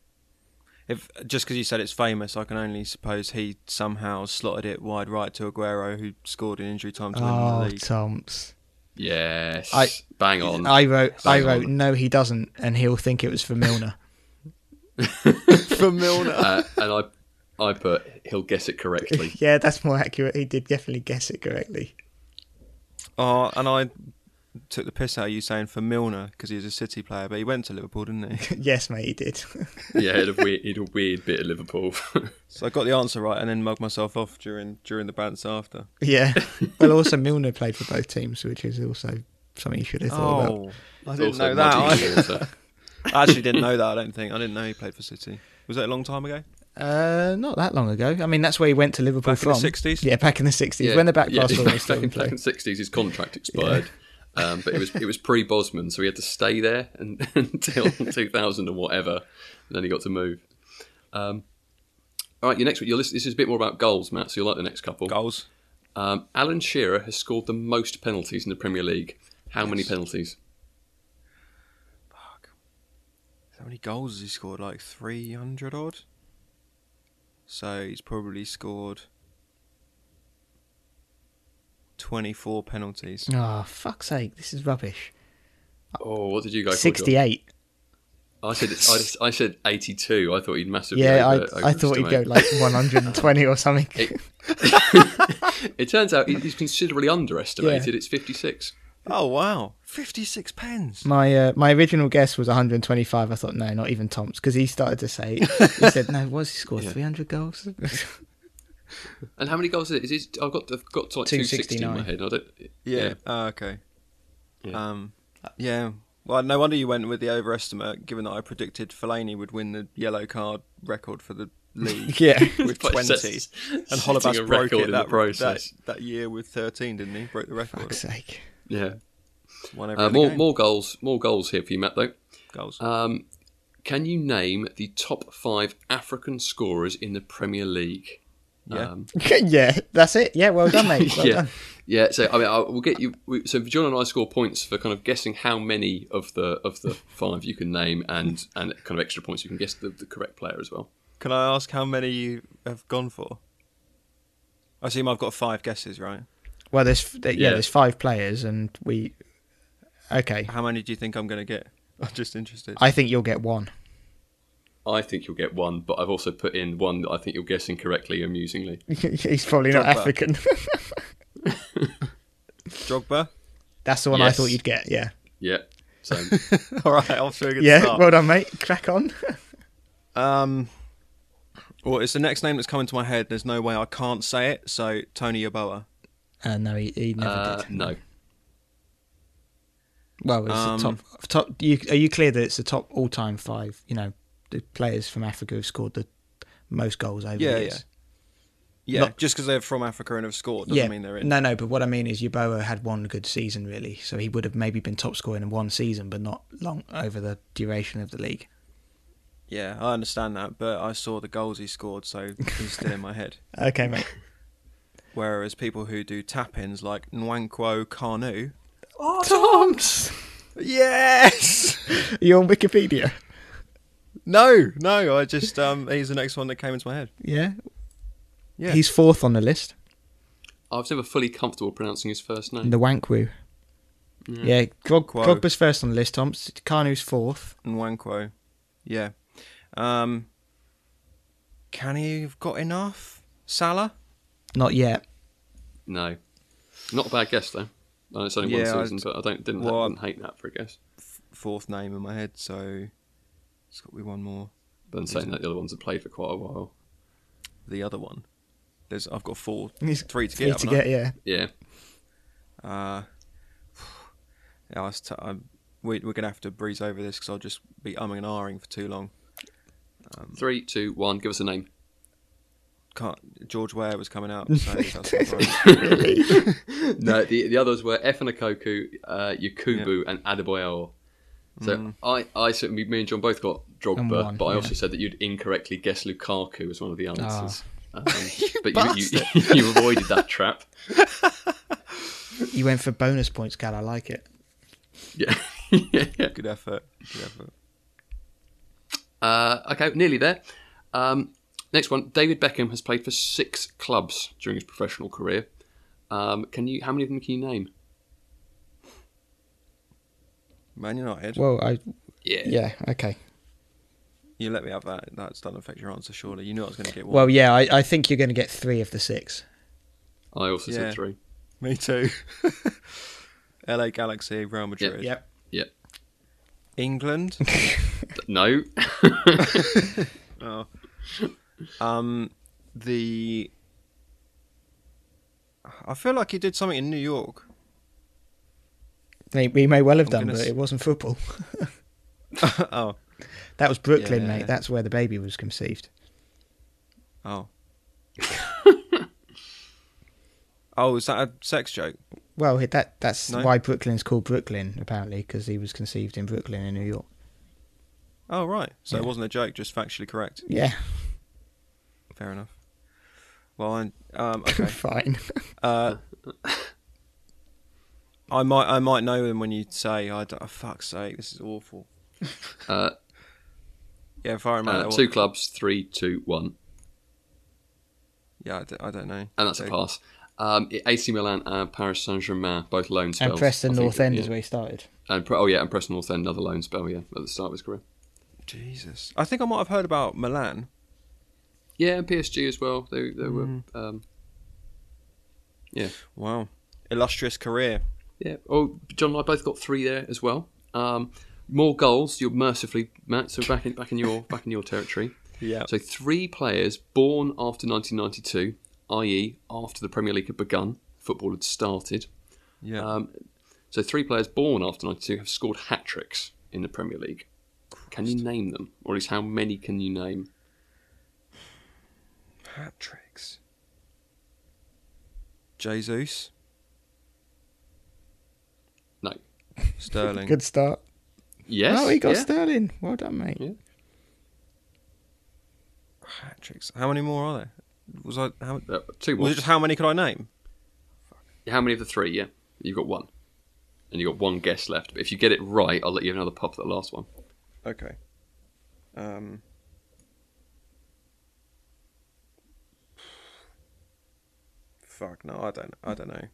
Speaker 2: if just because you said it's famous, I can only suppose he somehow slotted it wide right to Aguero, who scored in injury time to win the
Speaker 3: Oh,
Speaker 2: league.
Speaker 3: Tom's.
Speaker 4: Yes,
Speaker 3: I-
Speaker 4: bang on.
Speaker 3: I wrote, I
Speaker 4: Bang
Speaker 3: wrote,
Speaker 4: on.
Speaker 3: no, he doesn't, and he'll think it was for Milner.
Speaker 2: For Milner,
Speaker 4: uh, and I, I put he'll guess it correctly.
Speaker 3: yeah, that's more accurate. He did definitely guess it correctly.
Speaker 2: oh, and I took the piss out of you saying for Milner because he was a City player, but he went to Liverpool, didn't he?
Speaker 3: yes, mate, he did.
Speaker 4: yeah, it had a weird, it had a weird bit of Liverpool.
Speaker 2: so I got the answer right, and then mugged myself off during during the bants after.
Speaker 3: yeah. Well, also Milner played for both teams, which is also something you should have thought about.
Speaker 2: Oh, I didn't
Speaker 4: Also
Speaker 2: know that.
Speaker 4: muddy
Speaker 2: I,
Speaker 4: water.
Speaker 2: I actually didn't know that. I don't think I didn't know he played for City. Was that a long time ago?
Speaker 3: Uh, not that long ago. I mean, that's where he went to Liverpool
Speaker 2: Back in
Speaker 3: from.
Speaker 2: the 60s?
Speaker 3: Yeah, back in the sixties
Speaker 4: Yeah,
Speaker 3: when the back
Speaker 4: yeah,
Speaker 3: pass rule was still
Speaker 4: back,
Speaker 3: in
Speaker 4: in, back
Speaker 3: play.
Speaker 4: in the 60s his contract expired um, but it was it was pre Bosman so he had to stay there and, until 2000 and whatever and then he got to move um, all right your next one your list this is a bit more about goals Matt so you'll like the next couple
Speaker 2: Goals.
Speaker 4: um, Alan Shearer has scored the most penalties in the Premier League how many penalties
Speaker 2: How many goals has he scored? Like 300 odd? So he's probably scored 24 penalties.
Speaker 3: Oh, fuck's sake! This is rubbish.
Speaker 4: oh what did you go for John?
Speaker 3: Sixty-eight.
Speaker 4: I said I, just, I said 82 I thought he'd massively
Speaker 3: Yeah, I,
Speaker 4: over,
Speaker 3: I thought he'd go
Speaker 4: overestimate.
Speaker 3: like one hundred and twenty or something.
Speaker 4: it turns out he- he's considerably underestimated
Speaker 3: Yeah.
Speaker 4: it's 56
Speaker 2: Oh, wow. 56 pens.
Speaker 3: My uh, my original guess was 125. I thought no, not even Tom's, because he started to say he said no. Was he scored 300 goals?
Speaker 4: And how many goals is it? Is it I've got I've got to like two sixty in my
Speaker 3: 269.
Speaker 4: head. I don't.
Speaker 2: Yeah. Ah, okay.
Speaker 4: Yeah.
Speaker 2: Um, yeah. Well, no wonder you went with the overestimate, given that I predicted Fellaini would win the yellow card record for the league
Speaker 3: yeah,
Speaker 2: with
Speaker 4: By
Speaker 2: 20.
Speaker 4: sets-
Speaker 2: and
Speaker 4: setting a
Speaker 2: Holabas broke
Speaker 4: record
Speaker 2: it
Speaker 4: in
Speaker 2: that,
Speaker 4: the process.
Speaker 2: that, that year with 13, didn't he? Broke the record.
Speaker 3: fuck's sake.
Speaker 4: Yeah.
Speaker 2: One every
Speaker 4: Uh,
Speaker 2: other
Speaker 4: more
Speaker 2: game.
Speaker 4: more goals more goals here for you, Matt. Though,
Speaker 2: goals.
Speaker 3: Uh,
Speaker 4: um, can you name the top five African scorers in the Premier League?
Speaker 2: Yeah.
Speaker 4: Um,
Speaker 3: yeah, that's it. Yeah, well done, mate. Well
Speaker 4: yeah.
Speaker 3: done.
Speaker 4: Yeah. So I mean, I, we'll get you. We, so John and I score points for kind of guessing how many of the of the five you can name, and and kind of extra points you can guess the, the correct player as well.
Speaker 2: Can I ask how many you have gone for? I assume I've got five guesses, right?
Speaker 3: Well, there's th- yeah,
Speaker 4: Yeah.
Speaker 3: there's five players, and we okay.
Speaker 2: How many do you think I'm going to get? I'm just interested.
Speaker 3: I think you'll get one.
Speaker 4: I think you'll get one, but I've also put in one that I think you're guessing correctly, amusingly.
Speaker 3: He's probably not
Speaker 2: Drogba.
Speaker 3: African.
Speaker 2: Drogba?
Speaker 3: that's the one I
Speaker 4: Yes.
Speaker 3: thought you'd get. Yeah,
Speaker 4: Yeah. So
Speaker 2: All right, off to a good
Speaker 3: yeah.
Speaker 2: start.
Speaker 3: Well done, mate. Crack on.
Speaker 2: um, well, it's the next name that's coming to my head. There's no way I can't say it. So, Tony Yeboah.
Speaker 3: Uh, no, he, he never
Speaker 4: uh,
Speaker 3: did.
Speaker 4: no.
Speaker 3: Well, it's
Speaker 2: Um,
Speaker 3: the top. Top. You, are you clear that it's the top all-time five? You know, the players from Africa have scored the most goals over
Speaker 2: Yeah,
Speaker 3: the years.
Speaker 2: Yeah,
Speaker 3: Not-
Speaker 2: just because they're from Africa and have scored doesn't mean they're in.
Speaker 3: No, no. But what I mean is, Yeboah had one good season really, so he would have maybe been top scorer in one season, but not long over the duration of the league.
Speaker 2: Yeah, I understand that, but I saw the goals he scored, so he's still in my head.
Speaker 3: Okay, mate.
Speaker 2: Whereas people who do tap-ins like Nwankwo Kanu,
Speaker 3: Oh, Tom's.
Speaker 2: yes.
Speaker 3: You're on Wikipedia.
Speaker 2: No, no, I just um he's the next one that came into my head.
Speaker 3: Yeah.
Speaker 2: Yeah.
Speaker 3: He's fourth on the list.
Speaker 4: I was never fully comfortable pronouncing his first name.
Speaker 3: The Wankwoo. Yeah, Grog,
Speaker 2: Quo.
Speaker 3: Grogba's first on the list. Tom's Kanu's fourth.
Speaker 2: Nwankwo. Yeah. Um Can he have got enough? Salah?
Speaker 3: Not yet.
Speaker 4: No, not a bad guess though. No, it's only
Speaker 2: Yeah, I-
Speaker 4: one season, but I don't didn't,
Speaker 2: Well, I-
Speaker 4: didn't hate that for a guess.
Speaker 2: Fourth name in my head, so it's got to be one more.
Speaker 4: But I'm saying that the other ones have played for quite a while.
Speaker 2: The other one. There's I've got four,
Speaker 3: He's-
Speaker 2: three to get.
Speaker 3: Three
Speaker 2: haven't
Speaker 3: to
Speaker 2: I?
Speaker 3: get, yeah.
Speaker 4: Yeah,
Speaker 2: Uh, yeah, I was t- I'm, we, we're going to have to breeze over this because I'll just be umming and ahhing for too long.
Speaker 4: three, two, one. Give us a name.
Speaker 2: Can't, George Ware was coming out. So that's not right.
Speaker 4: No, the, the others were Efanakoku, uh, Yakubu, and Adebayor. So I, I so me, me and John both got
Speaker 3: And
Speaker 4: Drogba,
Speaker 3: one,
Speaker 4: but I
Speaker 3: yeah.
Speaker 4: also said that you'd incorrectly guessed Lukaku as one of the answers. Um, but you, you,
Speaker 2: bastard.
Speaker 4: you avoided that trap.
Speaker 3: You went for bonus points, Gal. I like it.
Speaker 4: Yeah. yeah.
Speaker 2: Good effort. Good effort.
Speaker 4: Uh, okay, nearly there. Um, next one. David Beckham has played for six clubs during his professional career. Um, can you? How many of them can you name?
Speaker 2: Man United.
Speaker 3: Well, I yeah okay.
Speaker 2: you let me have that. That doesn't affect your answer, surely. You knew I was going to get one.
Speaker 3: Well, yeah, I, I think you're going to get three of the six.
Speaker 4: I also
Speaker 2: Yeah.
Speaker 4: said three.
Speaker 2: me too. LA Galaxy, Real Madrid.
Speaker 3: Yep.
Speaker 4: Yeah.
Speaker 2: England.
Speaker 4: No. Uh,
Speaker 2: oh. Um, the. I feel like he did something in New York.
Speaker 3: They- We may well have
Speaker 2: I'm
Speaker 3: done,
Speaker 2: gonna
Speaker 3: but
Speaker 2: s-
Speaker 3: it wasn't football.
Speaker 2: oh,
Speaker 3: That was Brooklyn,
Speaker 2: Yeah.
Speaker 3: mate. That's where the baby was conceived.
Speaker 2: oh. oh, is that a sex joke?
Speaker 3: Well, he- that that's
Speaker 2: No.
Speaker 3: why Brooklyn's called Brooklyn apparently because he was conceived in Brooklyn in New York.
Speaker 2: Oh, right. So it
Speaker 3: Yeah.
Speaker 2: wasn't a joke, just factually correct.
Speaker 3: Yeah,
Speaker 2: Fair enough. Well, I, um, okay.
Speaker 3: fine.
Speaker 2: Uh, I might, I might know him when you say, "I don't, oh, fuck's sake, this is awful."
Speaker 4: Uh,
Speaker 2: Yeah, if I remember,
Speaker 4: uh,
Speaker 2: that
Speaker 4: two
Speaker 2: one-
Speaker 4: clubs. Three, two, one.
Speaker 2: yeah, I d- I don't know.
Speaker 4: and that's a
Speaker 2: So-
Speaker 4: pass. Um, AC Milan and Paris Saint Germain both loan spells.
Speaker 3: and Preston
Speaker 4: I think,
Speaker 3: North End
Speaker 4: yeah.
Speaker 3: is where he started.
Speaker 4: And Pre- oh yeah, and Preston North End another loan spell. Yeah, at the start of his career.
Speaker 2: Jesus, I think I might have heard about Milan.
Speaker 4: Yeah, and PSG as well. They they
Speaker 2: Mm-hmm.
Speaker 4: were. Um,
Speaker 2: Wow, illustrious career.
Speaker 4: yeah. Oh, John and I both got three there as well. Um, more goals. You're mercifully Matt. So back in back in your back in your territory.
Speaker 2: Yeah.
Speaker 4: So three players born after 1992, i.e., after the Premier League had begun, football had started.
Speaker 2: yeah.
Speaker 4: Um, so three players born after 92 have scored hat tricks in the Premier League. Can you name them? Or at least how many can you name?
Speaker 2: Hat tricks. Jesus,
Speaker 4: No.
Speaker 2: Sterling.
Speaker 3: Good start.
Speaker 4: Yes.
Speaker 3: oh, he got
Speaker 4: yeah.
Speaker 3: Sterling. Well done, mate.
Speaker 4: Yeah.
Speaker 2: Hat tricks. How many more are there? Was I? How,
Speaker 4: Uh, two more.
Speaker 2: was it just how many could I name?
Speaker 4: How many of the three? Yeah. You've got one. And you've got one guess left. But if you get it right, I'll let you have another pop at the last one.
Speaker 2: Okay. Um. Fuck no, I don't. I don't know.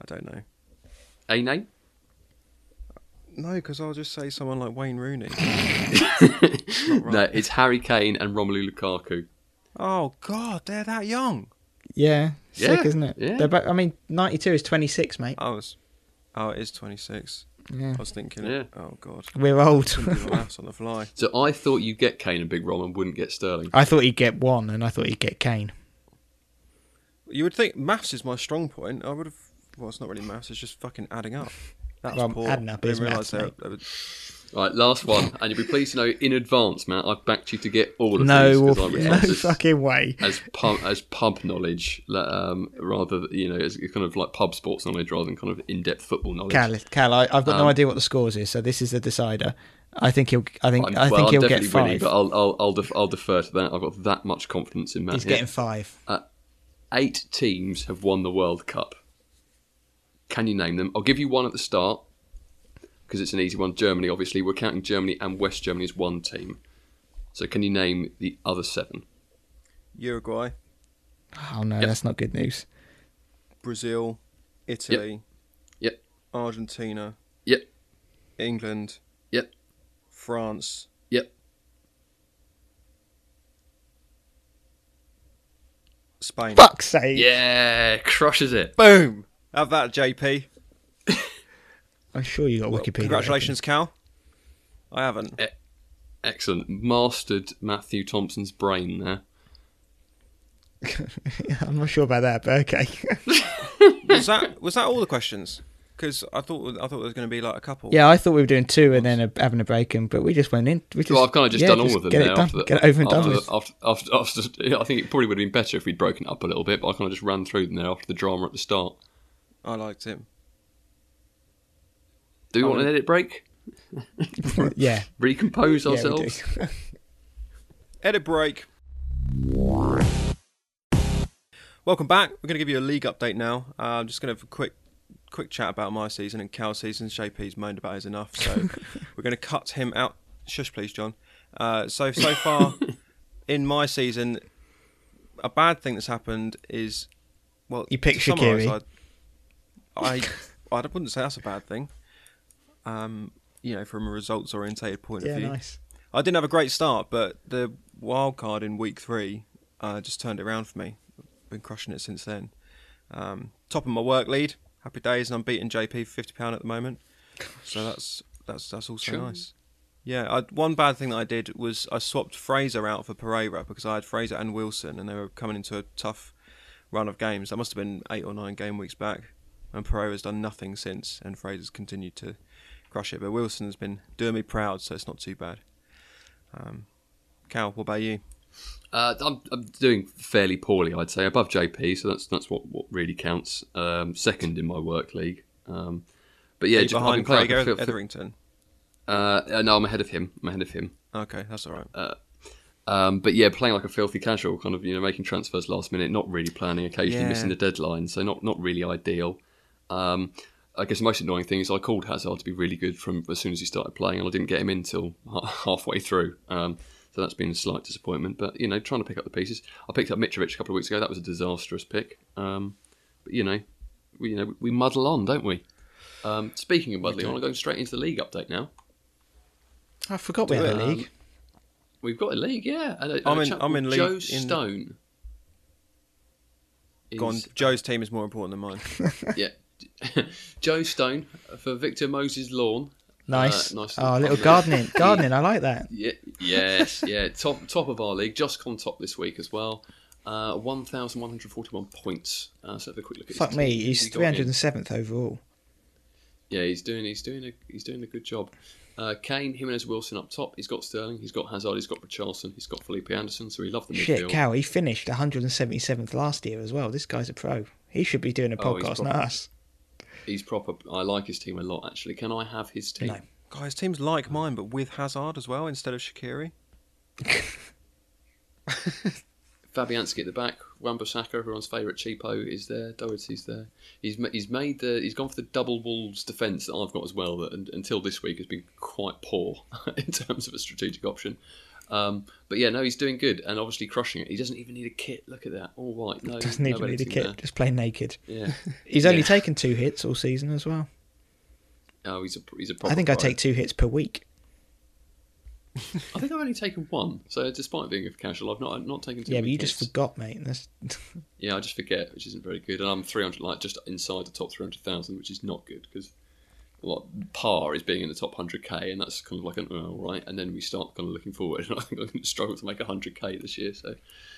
Speaker 2: I don't know.
Speaker 4: A name?
Speaker 2: No, because I'll just say someone like Wayne Rooney.
Speaker 4: No, it's Harry Kane and Romelu Lukaku.
Speaker 2: oh God, they're that young.
Speaker 3: Yeah, sick,
Speaker 4: Yeah,
Speaker 3: isn't it?
Speaker 4: yeah.
Speaker 3: They're both- I mean, ninety-two is twenty-six, mate.
Speaker 2: I was. Oh, it is twenty six.
Speaker 3: Yeah.
Speaker 2: I was thinking.
Speaker 4: Yeah.
Speaker 2: Oh God.
Speaker 3: We're old.
Speaker 2: Couldn't do the maths on the fly.
Speaker 4: So I thought you'd get Kane and Big Rom and wouldn't get Sterling.
Speaker 3: I thought he'd get one, and I thought he'd get Kane.
Speaker 2: You would think maths is my strong point. I would have. Well, it's not really maths. It's just fucking adding up. That's
Speaker 3: Well,
Speaker 2: poor.
Speaker 3: adding up
Speaker 2: I
Speaker 3: is
Speaker 2: didn't realise
Speaker 3: maths,
Speaker 2: they were-
Speaker 3: mate.
Speaker 2: they were-
Speaker 4: Right, last one. And you'll be pleased to know in advance, Matt, I've backed you to get all of these.
Speaker 3: No,
Speaker 4: 'cause I was
Speaker 3: no
Speaker 4: like, this-
Speaker 3: fucking way.
Speaker 4: as pub as pub knowledge, le- um, rather th- you know, as kind of like pub sports knowledge rather than kind of in depth football knowledge.
Speaker 3: Cal, Cal, I, I've
Speaker 4: Um,
Speaker 3: got no idea what the scores is, so this is the decider. I think he'll. I think.
Speaker 4: I'm-
Speaker 3: I
Speaker 4: well,
Speaker 3: think
Speaker 4: I'm
Speaker 3: he'll get
Speaker 4: definitely winning,
Speaker 3: five.
Speaker 4: but I'll I'll I'll, def- I'll defer to that. I've got that much confidence in Matt.
Speaker 3: He's
Speaker 4: here.
Speaker 3: getting five.
Speaker 4: Eight teams have won the World Cup. Can you name them? I'll give you one at the start because it's an easy one. Germany, obviously, we're counting Germany and West Germany as one team. So can you name the other seven?
Speaker 2: Uruguay,
Speaker 3: Oh no, that's not good news.
Speaker 2: Brazil, Italy,
Speaker 4: Yep.
Speaker 2: Argentina,
Speaker 4: Yep.
Speaker 2: England,
Speaker 4: Yep.
Speaker 2: France.
Speaker 4: Yep.
Speaker 2: Spain.
Speaker 3: Fuck's sake.
Speaker 4: Yeah, crushes it.
Speaker 2: Boom! Have that, JP.
Speaker 3: I'm sure you got Wikipedia.
Speaker 2: Congratulations, Cal. I haven't.
Speaker 4: Excellent. Mastered Matthew Thompson's brain there.
Speaker 3: open. I'm not sure about that, but okay.
Speaker 2: Was that was that all the questions? Because I thought I thought there was going to be like a couple.
Speaker 3: yeah, I thought we were doing two and then a, having a break, and but we just went in. We just,
Speaker 4: well, I've kind of just
Speaker 3: yeah,
Speaker 4: done all of them
Speaker 3: Get
Speaker 4: now.
Speaker 3: it done.
Speaker 4: after that.
Speaker 3: Get it over and done
Speaker 4: After-
Speaker 3: with.
Speaker 4: After, after, after, I think it probably would have been better if we'd broken it up a little bit, but I kind of just ran through them there after the drama at the start.
Speaker 2: I liked it.
Speaker 4: Do we want an edit break?
Speaker 3: yeah.
Speaker 4: Recompose
Speaker 3: yeah, we
Speaker 4: ourselves?
Speaker 3: do.
Speaker 2: Edit break. Welcome back. We're going to give you a league update now. Uh, I'm just going to have a quick quick chat about my season and Cal's season. JP's moaned about his enough, so we're going to cut him out. Shush, please, John. Uh, so so far in my season, a bad thing that's happened is well,
Speaker 3: You picked
Speaker 2: to summarise,
Speaker 3: Shaqiri.
Speaker 2: I, I I wouldn't say that's a bad thing. Um, you know, from a results orientated point
Speaker 3: yeah,
Speaker 2: of view.
Speaker 3: nice.
Speaker 2: I didn't have a great start, but the wild card in week three uh, just turned it around for me. Been crushing it since then. Um, top of my work lead, happy days, and I'm beating JP for fifty pound at the moment. So that's that's that's also
Speaker 4: Sure.
Speaker 2: nice. Yeah, I, one bad thing that I did was I swapped Fraser out for Pereira because I had Fraser and Wilson, and they were coming into a tough run of games. That must have been eight or nine game weeks back, and Pereira's done nothing since, and Fraser's continued to crush it. But Wilson's been doing me proud, so it's not too bad. Um, Cal, what about you?
Speaker 4: Uh, I'm, I'm doing fairly poorly, I'd say, above JP, so that's that's what, what really counts. Um, second in my work league. Um, but yeah,
Speaker 2: Are you
Speaker 4: just- I've
Speaker 2: behind
Speaker 4: been playing-
Speaker 2: Craig Eth-
Speaker 4: I've been-
Speaker 2: Etherington.
Speaker 4: uh, uh, no, I'm ahead of him. I'm ahead of him.
Speaker 2: Okay, that's all right.
Speaker 4: Uh, Um, but yeah, playing like a filthy casual, kind of you know making transfers last minute, not really planning, occasionally
Speaker 2: Yeah.
Speaker 4: missing the deadline, so not not really ideal. Um, I guess the most annoying thing is I called Hazard to be really good from as soon as he started playing, and I didn't get him in till ha- halfway through. Um, so that's been a slight disappointment. But you know, trying to pick up the pieces. I picked up Mitrovic a couple of weeks ago. That was a disastrous pick. Um, but you know, we, you know we muddle on, don't we? Um, speaking of muddling on, I'm going straight into the league update now.
Speaker 3: I forgot we
Speaker 2: Do
Speaker 3: had
Speaker 2: it.
Speaker 3: a league.
Speaker 4: We've got a league, yeah. And a, and
Speaker 2: I'm
Speaker 4: a
Speaker 2: in-
Speaker 4: chap
Speaker 2: I'm in
Speaker 4: called
Speaker 2: league
Speaker 4: Joe
Speaker 2: in the-
Speaker 4: Stone. is-
Speaker 2: Go on. Joe's team is more important than mine.
Speaker 4: yeah. Joe Stone for Victor Moses Lawn.
Speaker 3: Nice.
Speaker 4: Uh, nice
Speaker 3: oh, a little
Speaker 4: comeback.
Speaker 3: gardening. Gardening. I like that.
Speaker 4: Yeah, yes, yeah. Top top of our league. Just come top this week as well. Uh, 1,141 points. Uh, so have a quick look at his
Speaker 3: Fuck me.
Speaker 4: team.
Speaker 3: He's
Speaker 4: Who's he got in?
Speaker 3: 307th overall.
Speaker 4: Yeah, he's doing he's doing a he's doing a good job. Uh, Kane, Jimenez, Wilson up top. He's got Sterling. He's got Hazard. He's got Richarlison. He's got Felipe Anderson. So he loved the
Speaker 3: Shit,
Speaker 4: midfield.
Speaker 3: cow. He finished 177th last year as well. This guy's a pro. He should be doing a
Speaker 4: Oh, he's
Speaker 3: podcast,
Speaker 4: proper.
Speaker 3: not us.
Speaker 4: He's proper. I like his team a lot actually. Can I have his team?
Speaker 3: No.
Speaker 2: Guys, teams like mine, but with Hazard as well instead of Shakiri.
Speaker 4: Fabianski at the back, Wambasaka, everyone's favourite cheapo, is there. Doherty's there. He's ma- he's made the he's gone for the double Wolves defence that I've got as well. That un until this week has been quite poor in terms of a strategic option. Um, but yeah, no, he's doing good and obviously crushing it. He doesn't even need a kit. Look at that. All right, no,
Speaker 3: Doesn't
Speaker 4: no
Speaker 3: even need a
Speaker 4: editing
Speaker 3: kit.
Speaker 4: there.
Speaker 3: Just play naked.
Speaker 4: Yeah.
Speaker 3: He's only
Speaker 4: Yeah.
Speaker 3: taken two hits all season as well.
Speaker 4: Oh, he's a he's a.
Speaker 3: I think I
Speaker 4: proper pro.
Speaker 3: take two hits per week.
Speaker 4: I think I've only taken one. So despite being a casual, I've not I've not taken. Too
Speaker 3: yeah, but
Speaker 4: many
Speaker 3: you just
Speaker 4: hits.
Speaker 3: forgot, mate. That's
Speaker 4: Yeah, I just forget, which isn't very good. And I'm 300, like just inside the top 300,000, which is not good because like par is being in the top 100k, and that's kind of like an oh, all right. And then we start kind of looking forward, and I think I'm going to struggle to make 100k this year. So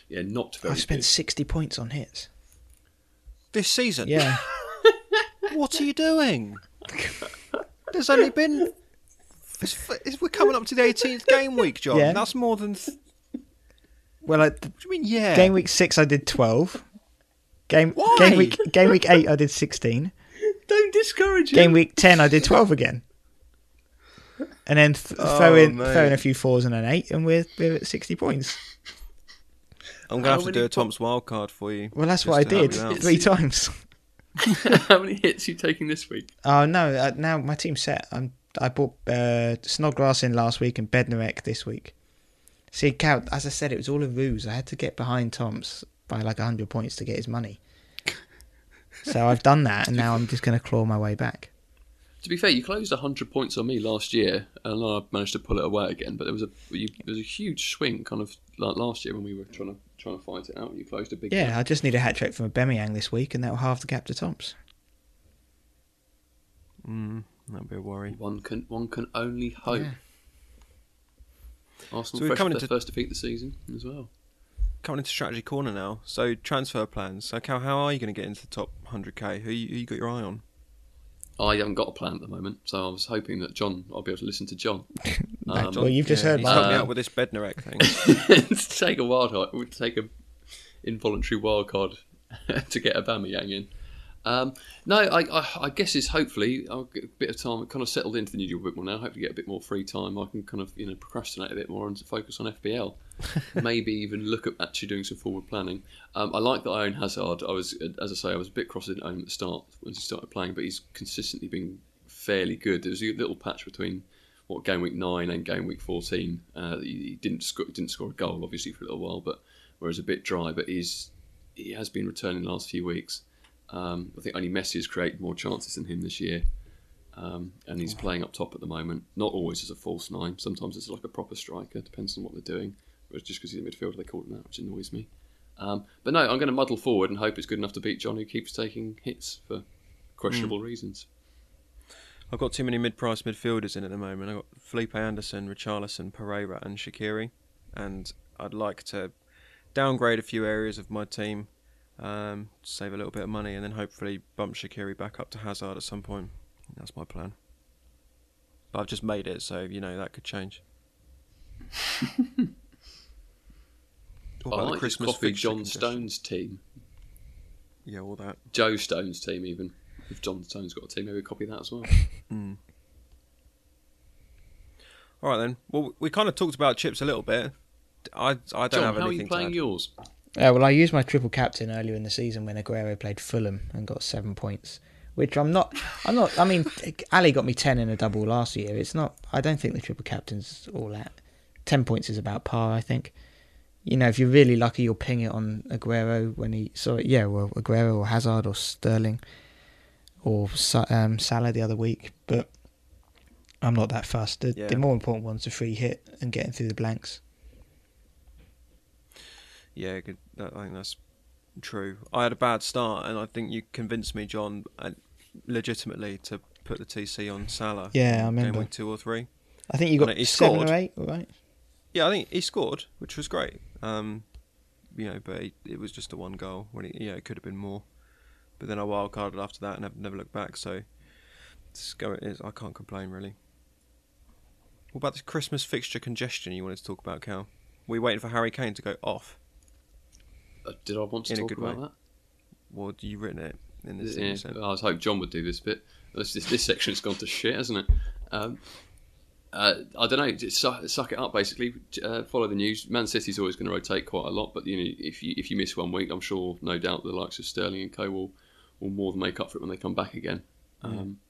Speaker 4: yeah, not very
Speaker 3: I've spent
Speaker 4: good.
Speaker 3: 60 points on hits.
Speaker 2: This season?
Speaker 3: Yeah.
Speaker 2: What are you doing? There's only been. It's, it's, we're coming up to the 18th game week, John.
Speaker 3: Yeah.
Speaker 2: That's more than. Th- what
Speaker 3: well, I, the
Speaker 2: do you mean, yeah?
Speaker 3: game week six, I did 12. Game,
Speaker 2: Why?
Speaker 3: game week game week eight, I did 16.
Speaker 4: Don't discourage
Speaker 3: Game week 10, I did 12 again. And then th- throw,
Speaker 2: Oh,
Speaker 3: in,
Speaker 2: mate.
Speaker 3: throw in a few fours and an eight, and we're, we're at 60 points.
Speaker 2: I'm going to
Speaker 4: How
Speaker 2: have to
Speaker 4: many
Speaker 2: do a
Speaker 4: po-
Speaker 2: Tom's wild card for you.
Speaker 3: Well, that's
Speaker 2: just
Speaker 3: what I
Speaker 2: to help
Speaker 3: did
Speaker 2: you out.
Speaker 3: three times.
Speaker 4: How many hits are you taking this week?
Speaker 3: Oh no! Uh, now my team's set. I'm. I bought uh, Snodgrass in last week and Bednarek this week. See, Cal, as I said, it was all a ruse. I had to get behind Tom's by like hundred points to get his money. So I've done that, and now I'm just going to claw my way back.
Speaker 4: Do To be fair, you closed hundred points on me last year, and I managed to pull it away again. But there was a you, there was a huge swing, kind of like last year when we were trying to trying to fight it out. You closed a big gap.
Speaker 3: Yeah, I just need a hat trick from a Bemiang this week, and that will halve the gap to Tops.
Speaker 2: Mm, That'd be a worry.
Speaker 4: One can one can only hope.
Speaker 3: Yeah.
Speaker 4: Arsenal
Speaker 2: So we're
Speaker 4: fresh
Speaker 2: coming
Speaker 4: their
Speaker 2: into-
Speaker 4: first defeat of the season as well.
Speaker 2: Coming into strategy corner now. So transfer plans. So Cal, how are you going to get into the top 100k? Who you, who you got your eye on?
Speaker 4: I haven't got a plan at the moment, so I was hoping that John, I'll be able to listen to John.
Speaker 3: No, Well, you've just
Speaker 2: Um, Yeah,
Speaker 3: heard
Speaker 2: he's
Speaker 3: mine.
Speaker 2: helped me out with this Bednarek thing.
Speaker 4: It's take a wild card, would take a involuntary wild card to get Aubameyang in. Um, no, I, I, I guess it's hopefully I'll get a bit of time. Kind of settled into the new job a bit more now. Hopefully, get a bit more free time. I can kind of you know procrastinate a bit more and focus on FBL. Maybe even look at actually doing some forward planning. Um, I like that I own Hazard. I was, as I say, I was a bit cross at home at the start when he started playing, but he's consistently been fairly good. There was a little patch between what game week nine and game week fourteen. Uh, he, he didn't score, didn't score a goal obviously for a little while, but whereas a bit dry. But he's he has been returning the last few weeks. Um, I think only Messi has created more chances than him this year, um, and he's playing up top at the moment. Not always as a false nine. Sometimes it's like a proper striker. Depends on what they're doing. Whereas just because he's a midfielder, they call him that, which annoys me. Um, but no, I'm going to muddle forward and hope it's good enough to beat John, who keeps taking hits
Speaker 2: Hmm.
Speaker 4: for questionable reasons.
Speaker 2: I've got too many mid-price midfielders in at the moment. I've got Felipe Anderson, Richarlison, Pereira, and Shakiri, and I'd like to downgrade a few areas of my team, um, save a little bit of money, and then hopefully bump Shakiri back up to Hazard at some point. That's my plan. But I've just made it, so you know that could change. What about
Speaker 4: I
Speaker 2: the
Speaker 4: like his
Speaker 2: Christmas
Speaker 4: coffee
Speaker 2: fixture
Speaker 4: John
Speaker 2: congestion?
Speaker 4: Stones team.
Speaker 2: Yeah, all that.
Speaker 4: Joe Stone's team, even if John Stone's got a team, maybe copy that as well.
Speaker 2: All right then. Well, we kind of talked about chips a little bit. I I don't
Speaker 4: John,
Speaker 2: have
Speaker 4: how are
Speaker 2: anything
Speaker 4: you playing
Speaker 2: to add.
Speaker 4: yours?
Speaker 3: Uh, well, I used my triple captain earlier in the season when Aguero played Fulham and got seven points, which I'm not. I'm not. I mean, Ali got me ten in a double last year. It's not. I don't think the triple captain's all that. Ten points is about par, I think. You know, if you're really lucky, you'll ping it on Aguero when he. So yeah, well, Aguero or Hazard or Sterling, or Sa- um, Salah the other week. But I'm not that fast. The,
Speaker 2: Yeah.
Speaker 3: the more important one's a free hit and getting through the blanks.
Speaker 2: Yeah, good. That- I think that's true. I had a bad start, and I think you convinced me, John, and legitimately to put the TC on Salah.
Speaker 3: Yeah, I
Speaker 2: in
Speaker 3: remember.
Speaker 2: Game week two or three.
Speaker 3: I think you
Speaker 2: And
Speaker 3: got
Speaker 2: he
Speaker 3: seven
Speaker 2: scored.
Speaker 3: or eight, right?
Speaker 2: Yeah, I think he scored, which was great. Um, you know, but he, it was just a one goal. When it, yeah, it could have been more. But then I wild carded after that and I've never looked back. So it's going. It's, I can't complain really. What about this Christmas fixture congestion you wanted to talk about, Cal? Were you waiting for Harry Kane to go off,
Speaker 4: Uh, Did I want to
Speaker 2: In a
Speaker 4: talk
Speaker 2: good
Speaker 4: about
Speaker 2: way. or do you written it in this?
Speaker 4: that?
Speaker 2: thing you
Speaker 4: Yeah,
Speaker 2: sent?
Speaker 4: I was hoping John would do this bit. This, this, this section's gone to shit, hasn't it? Um, uh, I don't know. Just suck, suck it up, basically. Uh, follow the news. Man City's always going to rotate quite a lot, but you know, if you if you miss one week, I'm sure, no doubt, the likes of Sterling and Co will will more than make up for it when they come back again. Um,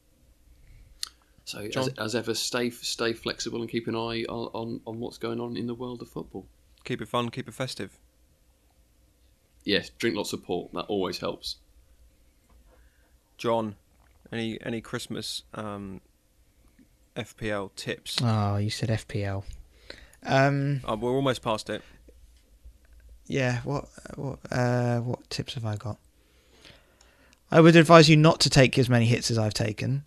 Speaker 4: so, as,
Speaker 2: John?
Speaker 4: as ever, stay stay flexible and keep an eye on, on on what's going on in the world of football.
Speaker 2: Keep it fun, keep it festive.
Speaker 4: yes, drink lots of port. That always helps.
Speaker 2: John, any any Christmas um, FPL tips?
Speaker 3: Oh, you said FPL. Um,
Speaker 2: Oh, we're almost past it.
Speaker 3: yeah. What what uh, what tips have I got? I would advise you not to take as many hits as I've taken.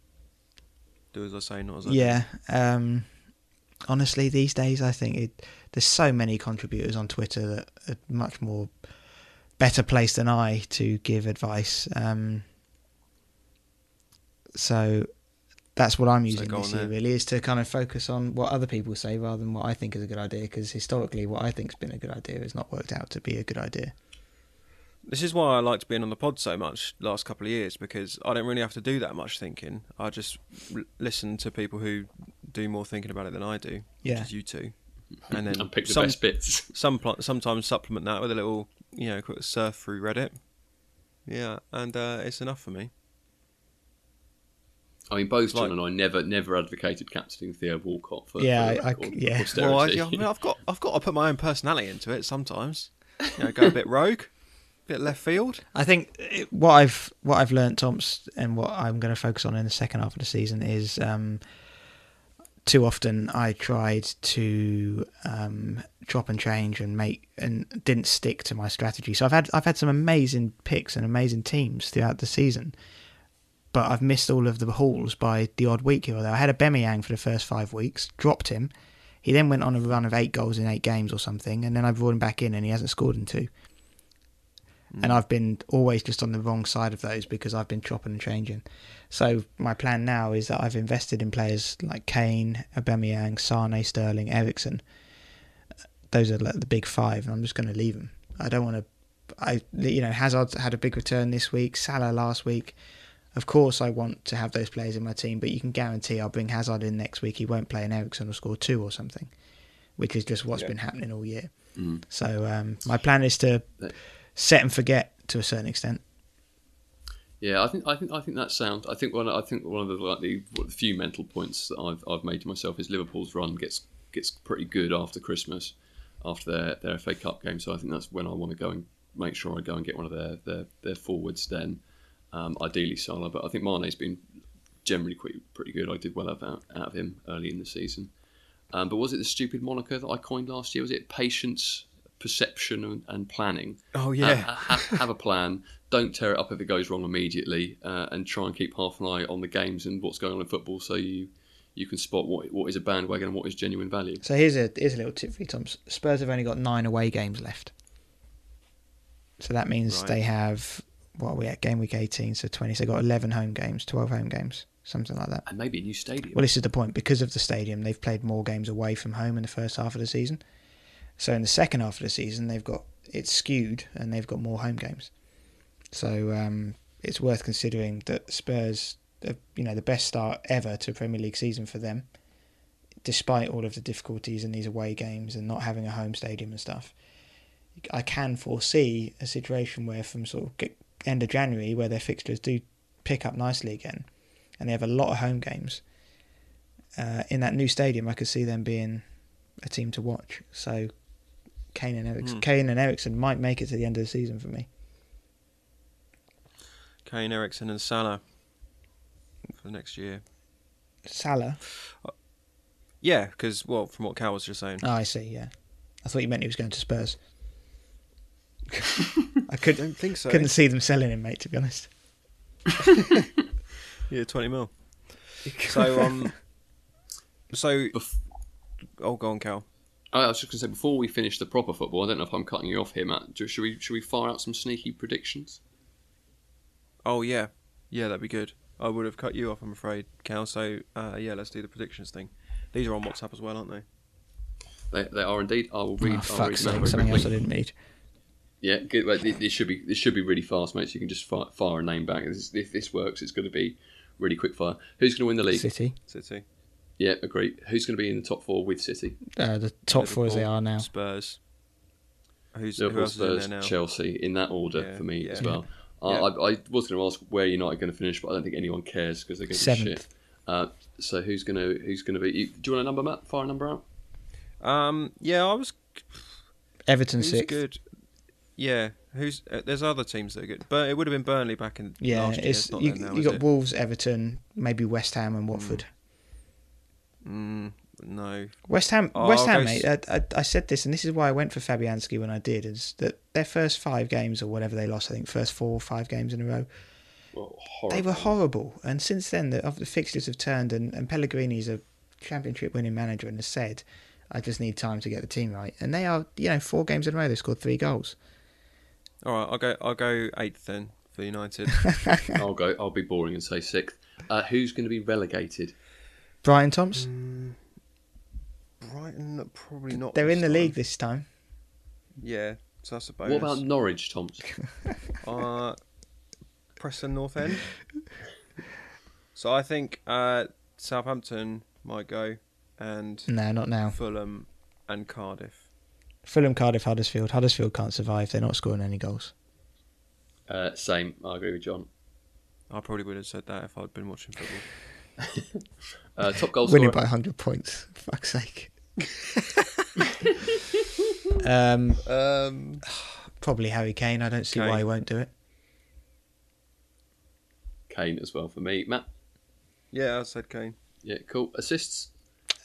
Speaker 2: Do as I say, not as I do.
Speaker 3: Yeah. Um, honestly, these days I think it, there's so many contributors on Twitter that are much more better placed than I to give advice. Um, so that's what I'm
Speaker 2: So
Speaker 3: using
Speaker 2: go
Speaker 3: this
Speaker 2: on
Speaker 3: year
Speaker 2: there.
Speaker 3: really is to kind of focus on what other people say rather than what I think is a good idea because historically what I think's been a good idea has not worked out to be a good idea.
Speaker 2: This is why I liked being on the pod so much last couple of years because I don't really have to do that much thinking. I just l- listen to people who do more thinking about it than I do,
Speaker 3: Yeah.
Speaker 2: which is you two, and then
Speaker 4: And pick the
Speaker 2: some,
Speaker 4: best bits.
Speaker 2: some pl- sometimes supplement that with a little you know quick surf through Reddit. Yeah, and uh, it's enough for me.
Speaker 4: I mean, both
Speaker 2: Like-
Speaker 4: John and I never never advocated captaining Theo Walcott for
Speaker 3: Yeah,
Speaker 4: for
Speaker 3: I- I-
Speaker 4: or-
Speaker 3: yeah.
Speaker 4: or
Speaker 2: Well, I,
Speaker 4: austerity.
Speaker 2: yeah, I mean, I've got I've got to put my own personality into it sometimes. You know, go a bit rogue. Bit left field.
Speaker 3: I think it- what I've what I've learned, Tom's, and what I'm going to focus on in the second half of the season is um, too often I tried to um, drop and change and make and didn't stick to my strategy. So I've had I've had some amazing picks and amazing teams throughout the season, but I've missed all of the hauls by the odd week here or there. I had a Bemiyang for the first five weeks, dropped him. He then went on a run of eight goals in eight games or something, and then I brought him back in and he hasn't scored in two and I've been always just on the wrong side of those because I've been chopping and changing. So my plan now is that I've invested in players like Kane, Aubameyang, Sane, Sterling, Ericsson. Those are like the big five, and I'm just going to leave them. I don't want to. I you know Hazard had a big return this week, Salah last week. Of course, I want to have those players in my team, but you can guarantee I'll bring Hazard in next week. He won't play, and Ericsson will score two or something, which is just what's been happening all year. So um, my plan is to set and forget to a certain extent.
Speaker 4: Yeah, I think I think I think that's sound. I think one I think one of the like the, the few mental points that I've I've made to myself is Liverpool's run gets gets pretty good after Christmas, after their, their FA Cup game. So I think that's when I want to go and make sure I go and get one of their their, their forwards then. Um, ideally Salah, but I think Mane's been generally pretty, pretty good. I did well out, out of him early in the season. Um, but was it the stupid moniker that I coined last year? Was it patience, perception, and, and planning?
Speaker 2: Oh, yeah.
Speaker 4: Uh, Ha- ha- have, a plan. Don't tear it up if it goes wrong immediately, uh, and try and keep half an eye on the games and what's going on in football, so you you can spot what what is a bandwagon and what is genuine value.
Speaker 3: So here's a here's a little tip for you, Tom. Spurs have only got nine away games left. So that means
Speaker 2: Right.
Speaker 3: they have what are we at game week eighteen, so twenty. So they've got eleven home games, twelve home games, something like that.
Speaker 4: And maybe a new stadium.
Speaker 3: Well, this is the point because of the stadium, they've played more games away from home in the first half of the season. So in the second half of the season, they've got it's skewed and they've got more home games. So um, it's worth considering that Spurs, uh, you know, the best start ever to a Premier League season for them, despite all of the difficulties in these away games and not having a home stadium and stuff. I can foresee a situation where from sort of g- end of January where their fixtures do pick up nicely again, and they have a lot of home games uh, in that new stadium, I could see them being a team to watch. So Kane and Ericsson,
Speaker 2: Hmm.
Speaker 3: Kane and Ericsson might make it to the end of the season for me.
Speaker 2: Kane, Ericsson, and Salah for next year.
Speaker 3: Salah.
Speaker 2: Yeah, because well, from what Cal was just saying,
Speaker 3: Oh, I see. Yeah, I thought you meant he was going to Spurs. I could,
Speaker 2: don't think so.
Speaker 3: couldn't see them selling him, mate. To be honest.
Speaker 2: Yeah, twenty mil. So um, so
Speaker 4: Bef-
Speaker 2: oh, go on, Cal.
Speaker 4: I was just going to say before we finish the proper football. I don't know if I'm cutting you off here, Matt. Do- Should we should we fire out some sneaky predictions?
Speaker 2: Oh yeah, yeah, that'd be good. I would have cut you off, I'm afraid, Cal. So uh, yeah, let's do the predictions thing. These are on WhatsApp as well, aren't they?
Speaker 4: They, they are indeed. I will
Speaker 3: Oh,
Speaker 4: read. I'll read
Speaker 3: fuck's sake!
Speaker 4: them out very
Speaker 3: Something
Speaker 4: quickly.
Speaker 3: else I didn't need.
Speaker 4: Yeah, good. Well, th- this should be this should be really fast, mate. So you can just fire, fire a name back. This, is- if this works, it's going to be really quick fire. Who's going to win the league?
Speaker 3: City.
Speaker 2: City.
Speaker 4: Yeah, agree. Who's going to be in the top four with City?
Speaker 3: Uh, the top four as they
Speaker 2: Liverpool,
Speaker 3: are now.
Speaker 2: Spurs. Who's who
Speaker 4: Liverpool,
Speaker 2: else is
Speaker 4: Spurs,
Speaker 2: in there now?
Speaker 4: Chelsea, in that order
Speaker 2: Yeah,
Speaker 4: for me
Speaker 2: yeah.
Speaker 4: as well. I,
Speaker 2: Yeah.
Speaker 4: I, I was going to ask where United are going to finish, but I don't think anyone cares because they're going to be
Speaker 3: Seventh.
Speaker 4: shit. Uh, so who's going to who's going to be? You, do you want a number, Matt? Fire a number out.
Speaker 2: Um, yeah, I was.
Speaker 3: Everton
Speaker 2: Who's
Speaker 3: sixth.
Speaker 2: good? Yeah, who's uh, there's other teams that are good, but it would have been Burnley back in
Speaker 3: Yeah,
Speaker 2: last year.
Speaker 3: it's,
Speaker 2: not
Speaker 3: you,
Speaker 2: there now,
Speaker 3: you
Speaker 2: is
Speaker 3: got
Speaker 2: it?
Speaker 3: Wolves, Everton, maybe West Ham and Watford.
Speaker 2: Mm, no.
Speaker 3: West Ham,
Speaker 2: Oh,
Speaker 3: West
Speaker 2: I'll
Speaker 3: Ham,
Speaker 2: go
Speaker 3: mate. I, I, I said this, and this is why I went for Fabianski when I did. Is that their first five games or whatever they lost? I think first four or five games in a row.
Speaker 4: Well,
Speaker 3: They
Speaker 4: Oh, horrible.
Speaker 3: were horrible, and since then the, of the fixtures have turned. And, and Pellegrini's a championship winning manager, and has said, "I just need time to get the team right." And they are, you know, four games in a row they scored three goals.
Speaker 2: All right, I'll go. I'll go eighth then for United.
Speaker 4: I'll go. I'll be boring and say sixth. Uh, who's going to be relegated?
Speaker 3: Brian Thompson,
Speaker 2: Brighton probably Mm, not.
Speaker 3: they're
Speaker 2: this
Speaker 3: in the
Speaker 2: time.
Speaker 3: league this time.
Speaker 2: Yeah, so that's a bonus.
Speaker 4: What about Norwich, Tom's?
Speaker 2: uh, Preston North End? so I think uh, Southampton might go, and
Speaker 3: No, not now.
Speaker 2: Fulham and Cardiff.
Speaker 3: Fulham, Cardiff, Huddersfield. Huddersfield can't survive. They're not scoring any goals.
Speaker 4: Uh, same. I agree with John.
Speaker 2: I probably would have said that if I'd been watching football.
Speaker 4: Uh, top goal
Speaker 3: winning
Speaker 4: scorer.
Speaker 3: by 100 points. For fuck's sake. um,
Speaker 2: Um,
Speaker 3: Probably Harry Kane. I don't see why he
Speaker 2: Kane.
Speaker 3: won't do it.
Speaker 4: Kane as well for me. Matt,
Speaker 2: Yeah, I said Kane.
Speaker 4: yeah, cool. Assists,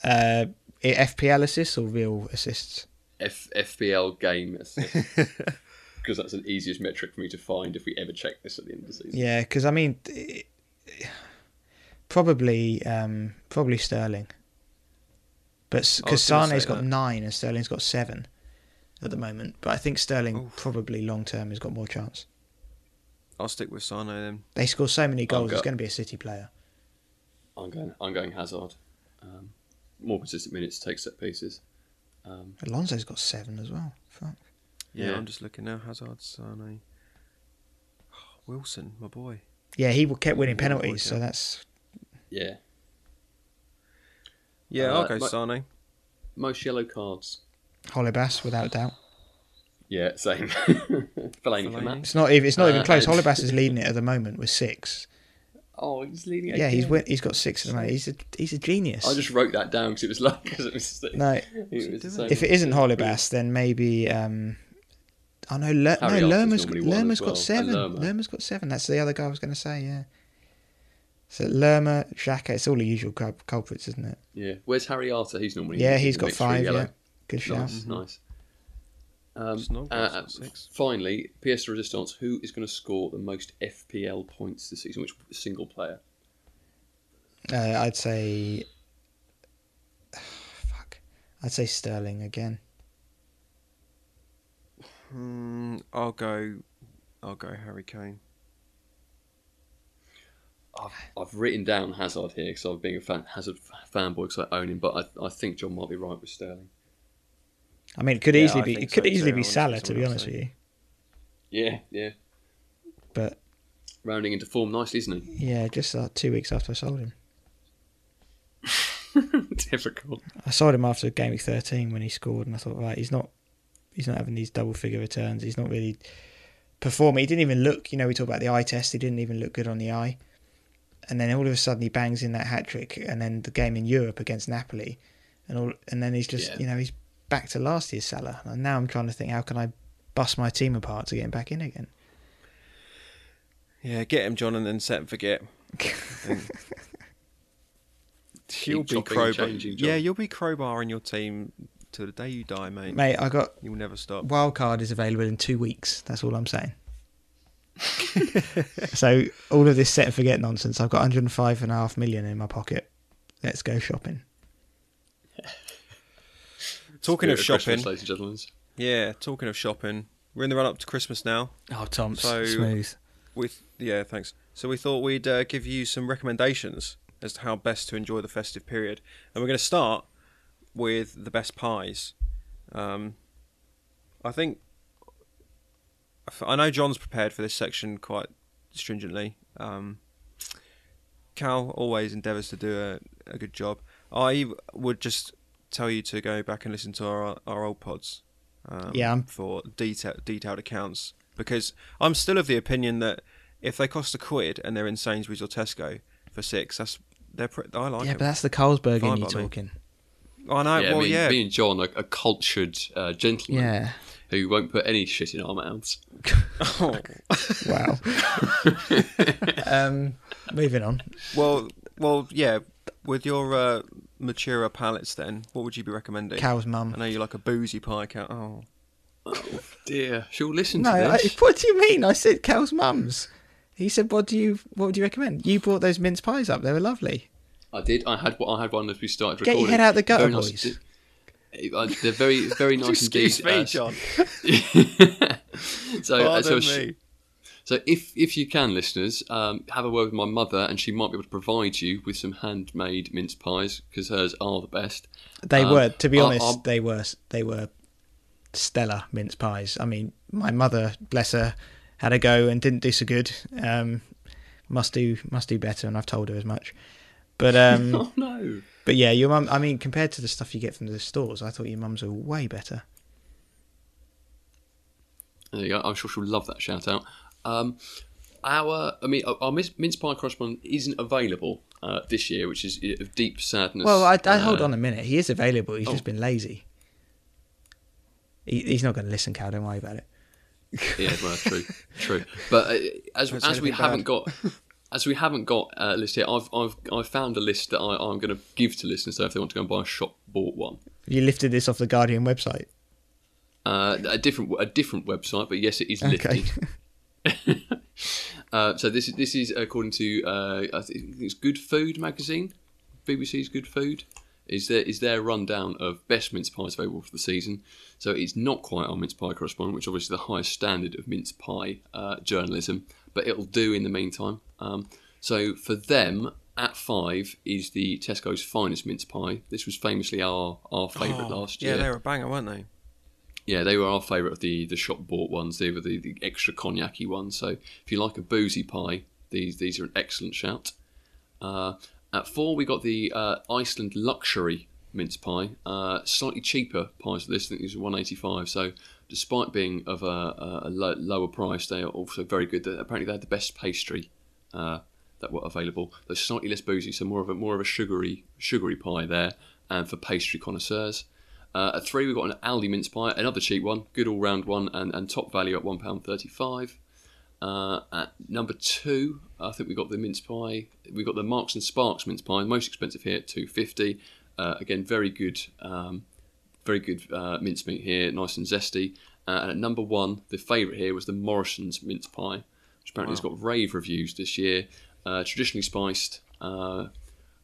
Speaker 3: Uh, i- FPL assists or real assists?
Speaker 4: F- FBL game assists. Because that's the easiest metric for me to find if we ever check this at the end of the season.
Speaker 3: Yeah, because I mean, it- probably um, probably Sterling, but
Speaker 2: I
Speaker 3: because
Speaker 2: was gonna
Speaker 3: Sane's
Speaker 2: say
Speaker 3: got
Speaker 2: that.
Speaker 3: nine and Sterling's got seven at the moment, but I think Sterling probably long term has got more chance.
Speaker 2: I'll stick with Sano then.
Speaker 3: They score so many goals;
Speaker 4: got-
Speaker 3: it's going to be a City player.
Speaker 4: I'm going. I'm going Hazard. Um, more consistent minutes, take set pieces. Um,
Speaker 3: Alonso's got seven as well. Fuck.
Speaker 2: Yeah,
Speaker 4: Yeah.
Speaker 2: I'm just looking now. Hazard, Sano, Wilson, my boy.
Speaker 4: Uh,
Speaker 3: Yeah, he w- kept winning
Speaker 2: Yeah, of course,
Speaker 3: penalties, so
Speaker 2: yeah.
Speaker 3: that's
Speaker 4: yeah,
Speaker 2: Yeah,
Speaker 4: Uh,
Speaker 2: I'll go
Speaker 4: but-
Speaker 2: Sano.
Speaker 4: most yellow cards.
Speaker 3: Holibas without doubt.
Speaker 4: Yeah, same. Fellaini for
Speaker 2: Fellaini.
Speaker 4: Matt.
Speaker 3: It's not even it's not even
Speaker 4: Uh,
Speaker 3: close.
Speaker 4: and-
Speaker 3: Holibas is leading it at the moment with six.
Speaker 4: Oh, he's leading.
Speaker 3: Yeah, he's
Speaker 4: again.
Speaker 3: win- he's got six at the moment. He's a he's a genius.
Speaker 4: I just wrote that down because it was like because it was.
Speaker 3: No.
Speaker 4: it was the same.
Speaker 3: if it isn't Holibas, then maybe um, I know Ler- no
Speaker 4: Harry Arthur's
Speaker 3: Lerma's
Speaker 4: normally one
Speaker 3: Lerma's
Speaker 4: as well,
Speaker 3: got
Speaker 4: and
Speaker 3: seven.
Speaker 4: Lerma.
Speaker 3: Lerma's got seven. That's the other guy I was going to say. Yeah. So Lerma, Xhaka, it's all the usual cul- culprits, isn't it?
Speaker 4: Yeah, where's Harry Arter? He's normally.
Speaker 3: yeah,
Speaker 4: in
Speaker 3: he's
Speaker 4: the
Speaker 3: got
Speaker 4: mix for
Speaker 3: five.
Speaker 4: yellow.
Speaker 3: Yeah, good shout.
Speaker 4: Nice, nice. Um,
Speaker 2: Snog,
Speaker 4: uh,
Speaker 2: that's six.
Speaker 4: finally, PS de Resistance. Who is going to score the most FPL points this season? Which single player?
Speaker 3: Uh, I'd say, fuck, I'd say Sterling again.
Speaker 2: Mm, I'll go. I'll go Harry Kane.
Speaker 4: I've, I've written down Hazard here because I'm being a fan, Hazard f- fanboy because I own him, but I, I think John might be right with Sterling.
Speaker 3: I mean, it could
Speaker 2: Yeah,
Speaker 3: easily
Speaker 2: I
Speaker 3: be it
Speaker 2: think
Speaker 3: could
Speaker 2: so
Speaker 3: easily
Speaker 2: too,
Speaker 3: be
Speaker 2: honestly,
Speaker 3: Salah,
Speaker 2: is
Speaker 3: to
Speaker 2: what
Speaker 3: be
Speaker 2: I'm
Speaker 3: honest with
Speaker 2: saying.
Speaker 3: you.
Speaker 4: Yeah, yeah.
Speaker 3: But
Speaker 4: Rounding into form nicely, isn't he?
Speaker 3: yeah, just uh, two weeks after I sold him,
Speaker 4: Difficult.
Speaker 3: I sold him after game week thirteen when he scored, and I thought, right, he's not, he's not having these double figure returns. He's not really performing. He didn't even look. You know, we talk about the eye test. He didn't even look good on the eye. And then all of a sudden he bangs in that hat trick, and then the game in Europe against Napoli, and all, and then he's just,
Speaker 4: Yeah.
Speaker 3: you know, he's back to last year's Salah. And now I'm trying to think, how can I bust my team apart to get him back in again?
Speaker 2: Yeah, get him, John, and then set and forget. You'll be
Speaker 4: chopping and
Speaker 2: crowbar.
Speaker 4: changing, John.
Speaker 2: Yeah, you'll be crowbar in your team till the day you die, mate.
Speaker 3: Mate, I got
Speaker 2: You'll never stop.
Speaker 3: wildcard is available in two weeks. That's all I'm saying. so all of this set and forget nonsense. I've got 105 and a half million in my pocket. Let's go shopping.
Speaker 2: Talking of
Speaker 4: Spirit Christmas,
Speaker 2: shopping,
Speaker 4: ladies and gentlemen.
Speaker 2: yeah, talking of shopping, we're in the run up to Christmas now.
Speaker 3: Oh, Tom's
Speaker 2: So- smooth. With yeah, thanks. So we thought we'd uh, give you some recommendations as to how best to enjoy the festive period, and we're going to start with the best pies. Um, I think I know John's prepared for this section quite stringently. Um, Cal always endeavours to do a, a good job. I would just tell you to go back and listen to our our old pods. Um,
Speaker 3: Yeah, I'm-
Speaker 2: For detail, detailed accounts, because I'm still of the opinion that if they cost a quid and they're in Sainsbury's or Tesco for six, that's they're pre- I like
Speaker 3: yeah,
Speaker 2: it.
Speaker 3: but that's the Carlsberg
Speaker 2: Fine
Speaker 3: in you
Speaker 2: by me.
Speaker 3: talking.
Speaker 2: I know.
Speaker 4: yeah,
Speaker 2: well,
Speaker 4: me, and-
Speaker 2: yeah,
Speaker 4: me and John are a cultured uh, gentleman
Speaker 3: Yeah.
Speaker 4: who won't put any shit in our mouths.
Speaker 3: Wow. um, moving on.
Speaker 2: well, well, yeah. With your uh, maturer palates, then what would you be recommending?
Speaker 3: Cow's
Speaker 2: I
Speaker 3: mum.
Speaker 2: know you like a boozy pie cow. Oh,
Speaker 4: Dear, she'll listen
Speaker 3: No,
Speaker 4: to
Speaker 3: I,
Speaker 4: this.
Speaker 3: what do you mean? I said Cow's mum's. He said, "What do you? What would you recommend? You brought those mince pies up. They were lovely.
Speaker 4: I, did. I had. I had one as we started
Speaker 3: Get
Speaker 4: recording.
Speaker 3: your head out the gutter,
Speaker 4: Very nice-
Speaker 3: boys.
Speaker 4: Uh, they're very, very nice
Speaker 2: excuse
Speaker 4: indeed.
Speaker 2: me,
Speaker 4: uh,
Speaker 2: John.
Speaker 4: so, uh,
Speaker 2: Pardon
Speaker 4: so she-
Speaker 2: me.
Speaker 4: So if if you can, listeners, um, have a word with my mother, and she might be able to provide you with some handmade mince pies because hers are the best.
Speaker 3: They
Speaker 4: Um,
Speaker 3: were, to be
Speaker 4: I'll-
Speaker 3: honest,
Speaker 4: I'll-
Speaker 3: they were they were stellar mince pies. I mean, my mother, bless her, had a go and didn't do so good. Um, must do must do better, and I've told her as much. But um,
Speaker 4: Oh no!
Speaker 3: but yeah, your mum. I mean, compared to the stuff you get from the stores, I thought your mums were way better.
Speaker 4: There you go. I'm sure she'll love that shout out. Um, our, I mean, our- our mince, mince pie correspondent isn't available uh, this year, which is of deep sadness.
Speaker 3: Well, I, I
Speaker 4: Uh, oh.
Speaker 3: hold on a minute. He is available. He's just been lazy. He, he's not going to listen, Cal. Don't worry about it.
Speaker 4: Yeah, well, true, true. But uh, as
Speaker 2: Don't say
Speaker 4: as we
Speaker 2: anything
Speaker 4: haven't
Speaker 2: bad.
Speaker 4: got as we haven't got a list here, I've I've I've found a list that I, I'm going to give to listeners. So if they want to go and buy a shop bought one,
Speaker 3: You lifted this off the Guardian website.
Speaker 4: uh, a different a different website, but yes, it is lifted.
Speaker 3: Okay.
Speaker 4: Uh, so this is this is according to uh, I think it's Good Food magazine, BBC's Good Food is their is their rundown of best mince pies available for the season. So it's not quite our mince pie correspondent, which obviously is the highest standard of mince pie uh, journalism, but it'll do in the meantime. Um, so for them. At five is the Tesco's finest mince pie. This was famously our our favourite
Speaker 2: Oh,
Speaker 4: last
Speaker 2: yeah,
Speaker 4: year.
Speaker 2: they were a banger, weren't they?
Speaker 4: Yeah, they were our favourite of the, the shop bought ones. They were the, the extra cognac-y ones. So if you like a boozy pie, these these are an excellent shout. Uh, at four, we got the uh, Iceland luxury mince pie. Uh, slightly cheaper pies for this. I think these are one eighty five. So despite being of a, a, a lo- lower price, they are also very good. They- Apparently, they had the best pastry uh, that were available. They're slightly less boozy, so more of a more of a sugary sugary pie there. And for pastry connoisseurs. Uh, at three, we've got an Aldi mince pie, another cheap one, good all round one, and, and top value at £1.35. Uh, at number two, I think we got the mince pie. We got the Marks and Sparks mince pie, most expensive here at two fifty. Uh, again, very good, um, very good uh, mince meat here, nice and zesty. Uh, and at number one, the favourite here was the Morrison's mince pie, which apparently has got rave reviews this year. Uh, traditionally spiced, uh,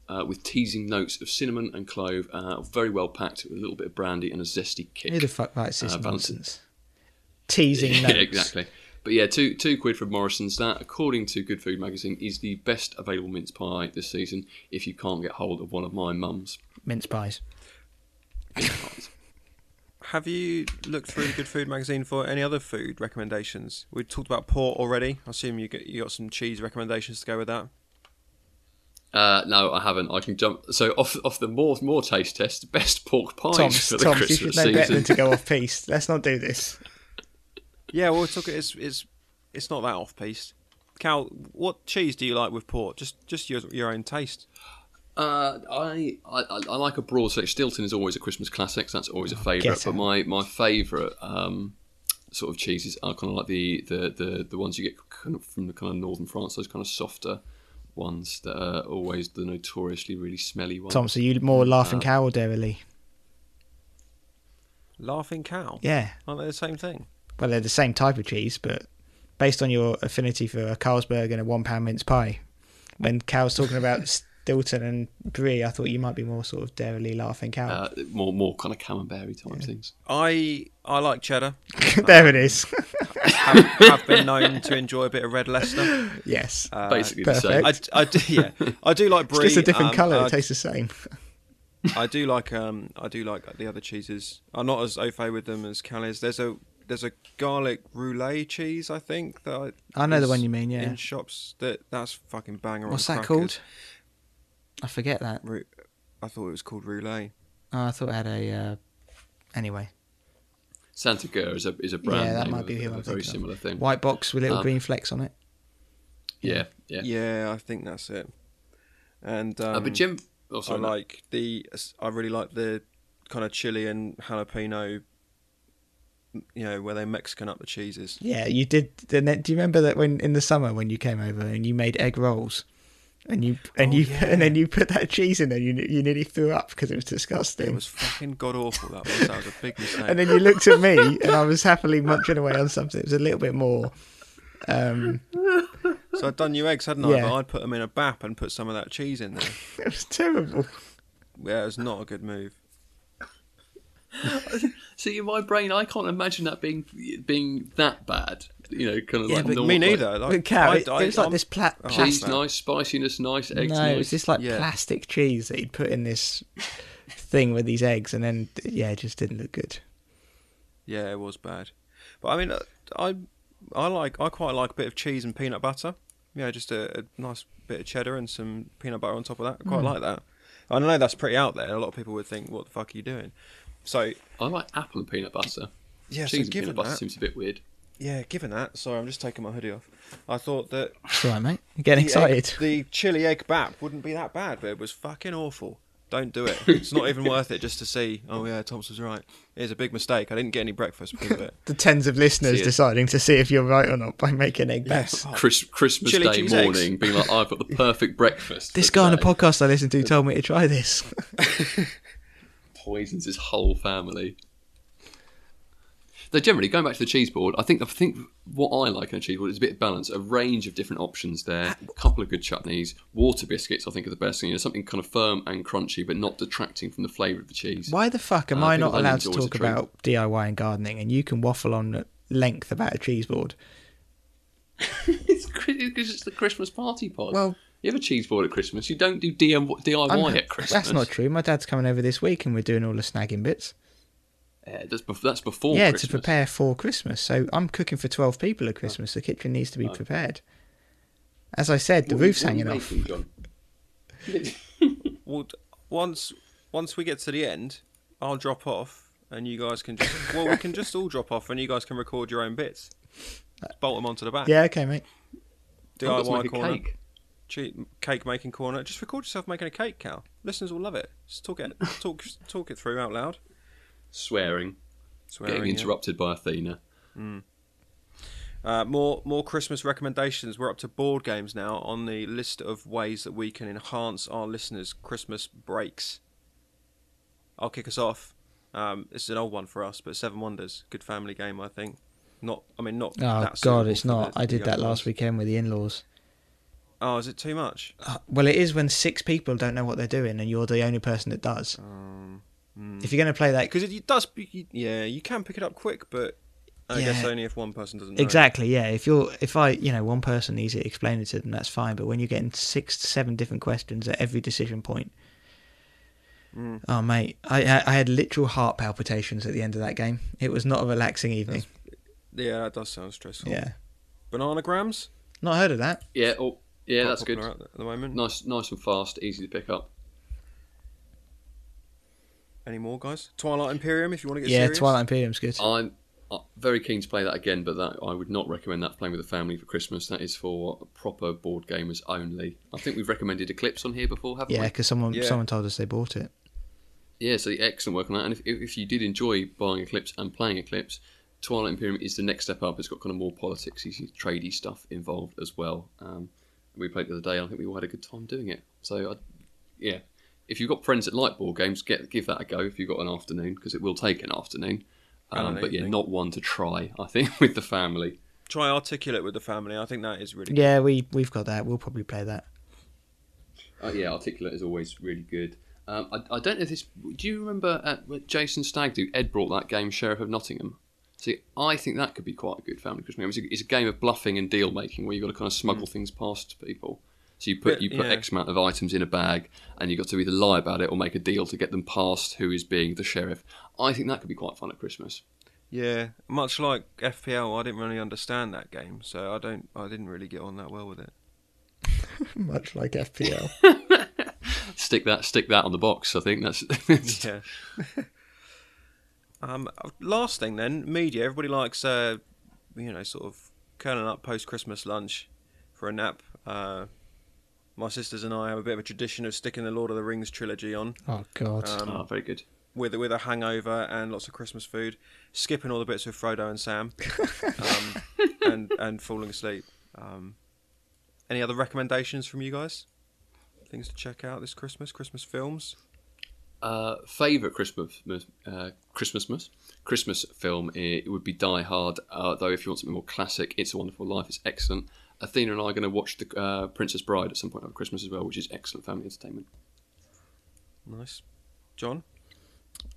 Speaker 4: uh, with teasing notes of cinnamon and clove, uh, very well packed with a little bit of brandy and a zesty kick.
Speaker 3: Who the fuck writes this
Speaker 4: Uh, Valentine.
Speaker 3: nonsense? Teasing
Speaker 4: Yeah,
Speaker 3: notes.
Speaker 4: exactly. But yeah, two two quid from Morrison's. That, according to Good Food Magazine, is the best available mince pie this season. If you can't get hold of one of my mum's,
Speaker 3: Mince pies.
Speaker 2: Have you looked through the Good Food magazine for any other food recommendations? We talked about port already. I assume you got, you got some cheese recommendations to go with that.
Speaker 4: uh, no, I haven't. I can jump. So off off the more more taste test, best pork pies
Speaker 3: Tom,
Speaker 4: for the
Speaker 3: Tom, you should
Speaker 4: Christmas
Speaker 3: know better
Speaker 4: season.
Speaker 3: than to go off piece. Let's not do this.
Speaker 2: Yeah, well, it's okay. It's it's it's not that off piece. Cal, what cheese do you like with port? Just just your your own taste.
Speaker 4: Uh, I, I I like a broad selection. Stilton is always a Christmas classic. So that's
Speaker 3: Oh,
Speaker 4: always a favourite.
Speaker 3: get
Speaker 4: But
Speaker 3: out.
Speaker 4: my my favourite um, sort of cheeses are kind of like the, the, the, the ones you get kind of from the kind of northern France. Those kind of softer ones that are always the notoriously really smelly ones.
Speaker 3: Tom, so you more laughing
Speaker 4: uh,
Speaker 3: cow or dairy?
Speaker 2: Laughing cow.
Speaker 3: Yeah.
Speaker 2: Aren't they the same thing?
Speaker 3: Well, they're the same type of cheese, but based on your affinity for a Carlsberg and a one pound mince pie, when Cal's talking about Stilton and Brie, I thought you might be more sort of dairyly laughing cow.
Speaker 4: Uh, more more kind of camemberry type things.
Speaker 2: I I like cheddar.
Speaker 3: there it is.
Speaker 4: uh,
Speaker 2: Have, have been known to enjoy a bit of red Leicester.
Speaker 3: yes.
Speaker 4: Basically the
Speaker 3: perfect.
Speaker 4: same.
Speaker 2: Uh, I, I do, yeah. I do like brie.
Speaker 3: it's just a different
Speaker 2: um,
Speaker 3: colour.
Speaker 2: uh,
Speaker 3: it tastes the same.
Speaker 4: oh,
Speaker 2: I do like um I do like the other cheeses. I'm not as au fait with them as Cal is. There's a there's a garlic roulette cheese I think that I,
Speaker 3: I know the
Speaker 2: is
Speaker 3: one you mean, yeah.
Speaker 2: In shops that that's fucking banger. on
Speaker 3: What's that
Speaker 2: crackers.
Speaker 3: called? I forget that.
Speaker 2: Ru- I thought it was called roulette.
Speaker 3: Oh, I thought it had a. Uh... Anyway,
Speaker 4: Santa Gur is a is a brand.
Speaker 3: yeah, that
Speaker 4: name
Speaker 3: might
Speaker 4: of
Speaker 3: be
Speaker 4: a-
Speaker 3: who
Speaker 4: of
Speaker 3: I'm
Speaker 4: a very
Speaker 3: thinking of.
Speaker 4: similar thing.
Speaker 3: White box with little
Speaker 4: Um,
Speaker 3: green flecks on it.
Speaker 4: Yeah, yeah.
Speaker 2: Yeah, I think that's it. And um,
Speaker 4: Uh, but Jim, oh,
Speaker 2: I
Speaker 4: sorry, Matt.
Speaker 2: like the I really like the kind of chili and jalapeno. You know where they Mexican up the cheeses.
Speaker 3: Yeah, you did. And then, do you remember that when in the summer when you came over and you made egg rolls, and you and
Speaker 2: Oh,
Speaker 3: you
Speaker 2: yeah.
Speaker 3: and then you put that cheese in there, you ne- you nearly threw up because it was disgusting.
Speaker 2: It was fucking god awful. That was that was a big mistake.
Speaker 3: and then you looked at me, and I was happily munching away on something. It was a little bit more. Um,
Speaker 2: So I'd done you eggs, hadn't I?
Speaker 3: Yeah.
Speaker 2: But I'd put them in a bap and put some of that cheese in there.
Speaker 3: it was terrible.
Speaker 2: Yeah, it was not a good move.
Speaker 4: See, in my brain, I can't imagine that being being that bad. You know, kind of like
Speaker 3: but
Speaker 4: normal,
Speaker 2: Me
Speaker 4: like,
Speaker 2: neither. Like,
Speaker 3: But Cal,
Speaker 2: I-
Speaker 3: it,
Speaker 2: I-
Speaker 3: it was like
Speaker 2: I'm-
Speaker 3: this pla-
Speaker 2: Oh,
Speaker 4: Cheese
Speaker 2: man.
Speaker 3: plastic.
Speaker 4: nice, spiciness nice, eggs
Speaker 3: No, it was
Speaker 4: nice.
Speaker 3: this like
Speaker 2: Yeah.
Speaker 3: plastic cheese that he'd put in this thing with these eggs, and then yeah, it just didn't look good.
Speaker 2: Yeah, it was bad. But I mean, uh, I I like I quite like a bit of cheese and peanut butter. You know, just a, a nice bit of cheddar and some peanut butter on top of that. I quite
Speaker 3: Hmm.
Speaker 2: like that. I know that's pretty out there. A lot of people would think, "What the fuck are you doing?" So
Speaker 4: I like apple and peanut butter.
Speaker 2: yeah,
Speaker 4: Cheese
Speaker 2: so
Speaker 4: and peanut
Speaker 2: given
Speaker 4: butter
Speaker 2: that,
Speaker 4: seems a bit weird.
Speaker 2: yeah, given that. Sorry, I'm just taking my hoodie off. I thought that
Speaker 3: That's all right, mate. You're getting
Speaker 2: the egg-
Speaker 3: excited.
Speaker 2: the chili egg bap wouldn't be that bad, but it was fucking awful. Don't do it. It's not even worth it just to see. Oh yeah, Thompson's right. It's a big mistake. I didn't get any breakfast because of it.
Speaker 3: The tens of listeners
Speaker 4: See it.
Speaker 3: deciding to see if you're right or not by making egg bass.
Speaker 2: Oh,
Speaker 4: Chris, Christmas
Speaker 2: Chili
Speaker 4: Day
Speaker 2: cheese
Speaker 4: morning,
Speaker 2: eggs.
Speaker 4: being like, I've got the perfect breakfast.
Speaker 3: This
Speaker 4: for
Speaker 3: guy on a
Speaker 4: today."
Speaker 3: podcast I listened to told me to try this.
Speaker 4: poisons his whole family. Though generally, going back to the cheese board, I think I think what I like in a cheese board is a bit of balance, a range of different options there, a couple of good chutneys, water biscuits. I think are the best thing. You know, something kind of firm and crunchy, but not detracting from the flavour of the cheese.
Speaker 3: Why the fuck am
Speaker 4: Uh,
Speaker 3: I
Speaker 4: people
Speaker 3: not
Speaker 4: don't
Speaker 3: allowed to
Speaker 4: enjoy the
Speaker 3: talk about DIY and gardening and you can waffle on at length about a cheese board?
Speaker 4: It's Chri- because it's the Christmas party pod.
Speaker 3: Well-
Speaker 4: you have a cheese board at Christmas. You don't do DM, DIY
Speaker 3: I'm-
Speaker 4: at Christmas.
Speaker 3: That's not true. My dad's coming over this week and we're doing all the snagging bits.
Speaker 4: Yeah, that's, bef- that's before.
Speaker 3: yeah,
Speaker 4: Christmas.
Speaker 3: to prepare for Christmas. So I'm cooking for 12 people at Christmas. The kitchen needs to be prepared. As I said, the
Speaker 4: Oh. What are you-
Speaker 3: roof's
Speaker 4: what are you
Speaker 3: hanging off.
Speaker 4: making, John?
Speaker 2: Well, d- once once we get to the end, I'll drop off, and you guys can just well, we can just all drop off, and you guys can record your own bits. Just bolt them onto the back.
Speaker 3: Yeah, okay, mate.
Speaker 4: I've got to
Speaker 2: DIY
Speaker 4: make a
Speaker 2: corner,
Speaker 4: cake.
Speaker 2: che- cake making corner. Just record yourself making a cake, Cal. Listeners will love it. Just talk it talk talk it through out loud.
Speaker 4: Swearing,
Speaker 2: Swearing,
Speaker 4: getting
Speaker 2: yeah.
Speaker 4: interrupted by Athena.
Speaker 2: Uh, more more Christmas recommendations. We're up to board games now on the list of ways that we can enhance our listeners' Christmas breaks. I'll kick us off. Um, this is an old one for us, but Seven Wonders, good family game, I think. Not, I mean, not.
Speaker 3: Oh,
Speaker 2: that
Speaker 3: God,
Speaker 2: suitable
Speaker 3: it's
Speaker 2: for
Speaker 3: not.
Speaker 2: the-
Speaker 3: I
Speaker 2: the
Speaker 3: did
Speaker 2: young
Speaker 3: that last
Speaker 2: ones.
Speaker 3: weekend with the in laws.
Speaker 2: Oh, is it too much?
Speaker 3: Well, it is when six people don't know what they're doing and you're the only person that does.
Speaker 4: Um, hmm.
Speaker 3: If you're going to play that.
Speaker 2: Because it, it does. You, yeah, you can pick it up quick, but I guess
Speaker 3: Yeah.
Speaker 2: only if one person doesn't. Know.
Speaker 3: Exactly, yeah. If you're, if I, you know, one person needs it explained to them, that's fine. But when you're getting six to seven different questions at every decision point,
Speaker 2: Mm.
Speaker 3: oh mate, I, I I had literal heart palpitations at the end of that game. It was not a relaxing evening.
Speaker 2: Yeah, that does sound stressful.
Speaker 3: Yeah,
Speaker 2: Bananagrams.
Speaker 3: not heard of that.
Speaker 4: Yeah, oh, yeah,
Speaker 2: Quite
Speaker 4: that's good.
Speaker 2: popular At the- at the moment.
Speaker 4: Nice, nice and fast, easy to pick up.
Speaker 2: Any more guys? Twilight Imperium. If you want to get
Speaker 3: Yeah,
Speaker 2: serious. Oh,
Speaker 3: Twilight Imperium's good.
Speaker 4: I'm uh, very keen to play that again, but that I would not recommend that playing with the family for Christmas. That is for proper board gamers only. I think we've recommended Eclipse on here before, haven't
Speaker 3: Yeah,
Speaker 4: we?
Speaker 3: because someone
Speaker 2: Yeah.
Speaker 3: someone told us they bought it.
Speaker 4: Yeah, so excellent work on that. And if, if you did enjoy buying Eclipse and playing Eclipse, Twilight Imperium is the next step up. It's got kind of more politics, tradey stuff involved as well. Um, we played the other day. and I think we all had a good time doing it. So, I, yeah, if you've got friends that like board games, get give that a go. If you've got an afternoon, because it will take an afternoon.
Speaker 2: And
Speaker 4: Um,
Speaker 2: an
Speaker 4: but yeah,
Speaker 2: evening.
Speaker 4: not one to try. I think with the family.
Speaker 2: try articulate with the family. I think that is really
Speaker 3: Yeah, we we've got that. We'll probably play that.
Speaker 4: Uh, yeah, Articulate is always really good. Um, I, I don't know if this. Do you remember at what Jason Stagg? Do Ed brought that game, Sheriff of Nottingham? See, I think that could be quite a good family Christmas game. It's a, it's a game of bluffing and deal making where you've got to kind of smuggle things past people. So you put
Speaker 2: Bit-
Speaker 4: you put
Speaker 2: Mm. yeah.
Speaker 4: X amount of items in a bag, and you've got to either lie about it or make a deal to get them past who is being the sheriff. I think that could be quite fun at Christmas.
Speaker 2: Yeah, much like FPL, I didn't really understand that game, so I don't, I didn't really get on that well with it.
Speaker 3: Much like FPL.
Speaker 4: Stick that stick that on the box. I think that's
Speaker 2: Yeah. um, last thing then, media. Everybody likes, uh, you know, sort of curling up post Christmas lunch for a nap. Uh, my sisters and I have a bit of a tradition of sticking the Lord of the Rings trilogy on
Speaker 3: oh God.
Speaker 2: um,
Speaker 4: Ah, very good.
Speaker 2: with with a hangover and lots of Christmas food, skipping all the bits with Frodo and Sam, um, and and falling asleep. Um, any other recommendations from you guys? Things to check out this Christmas? Christmas films?
Speaker 4: uh, favorite Christmas uh, Christmas Christmas film it would be Die Hard. Uh, though if you want something more classic, It's a Wonderful Life is excellent. Athena and I are going to watch the uh, Princess Bride at some point over Christmas as well, which is excellent family entertainment.
Speaker 2: Nice. John,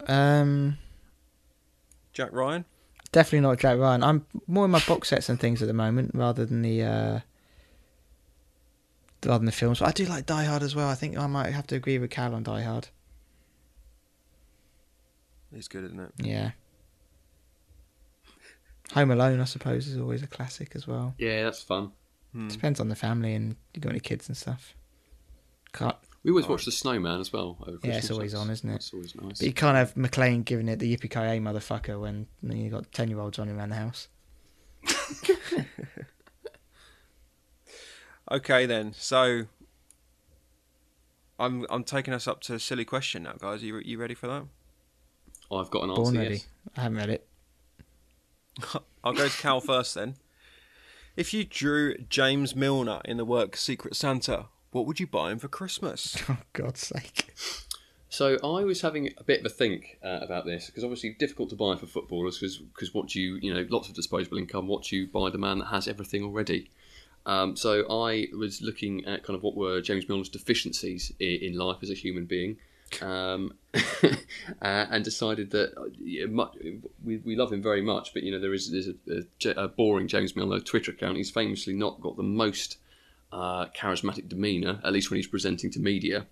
Speaker 2: Uh.
Speaker 3: Um,
Speaker 2: Jack Ryan.
Speaker 3: definitely not Jack Ryan. I'm more in my box sets and things at the moment rather than the uh, rather than the films. But I do like Die Hard as well. I think I might have to agree with Cal on Die Hard.
Speaker 2: It's good, isn't it?
Speaker 3: Yeah. Home Alone, I suppose, is always a classic as well.
Speaker 4: Yeah, that's fun.
Speaker 3: Depends on the family and you got any kids and stuff. Can't,
Speaker 4: We always watch The Snowman as well over Christmas.
Speaker 3: Yeah, it's always
Speaker 4: That's-
Speaker 3: on, isn't it?
Speaker 4: That's always nice.
Speaker 3: but you can't have McLean giving it the yippee ki yay motherfucker when you got ten year olds running around the house.
Speaker 2: Okay then. So I'm I'm taking us up to a silly question now, guys. Are you you ready for that?
Speaker 4: I've got an answer.
Speaker 3: Born
Speaker 4: yes.
Speaker 3: ready. I haven't read it.
Speaker 2: I'll go to Cal first then. If you drew James Milner in the work Secret Santa, what would you buy him for Christmas?
Speaker 3: Oh God's sake!
Speaker 4: So I was having a bit of a think uh, about this because obviously difficult to buy for footballers because what do you you know lots of disposable income what do you buy the man that has everything already. Um, so I was looking at kind of what were James Milner's deficiencies i- in life as a human being, um, uh, and decided that uh, yeah, mu we, we love him very much, but you know there is there's a, a J- a boring James Milner Twitter account. He's famously not got the most uh, charismatic demeanour, at least when he's presenting to media.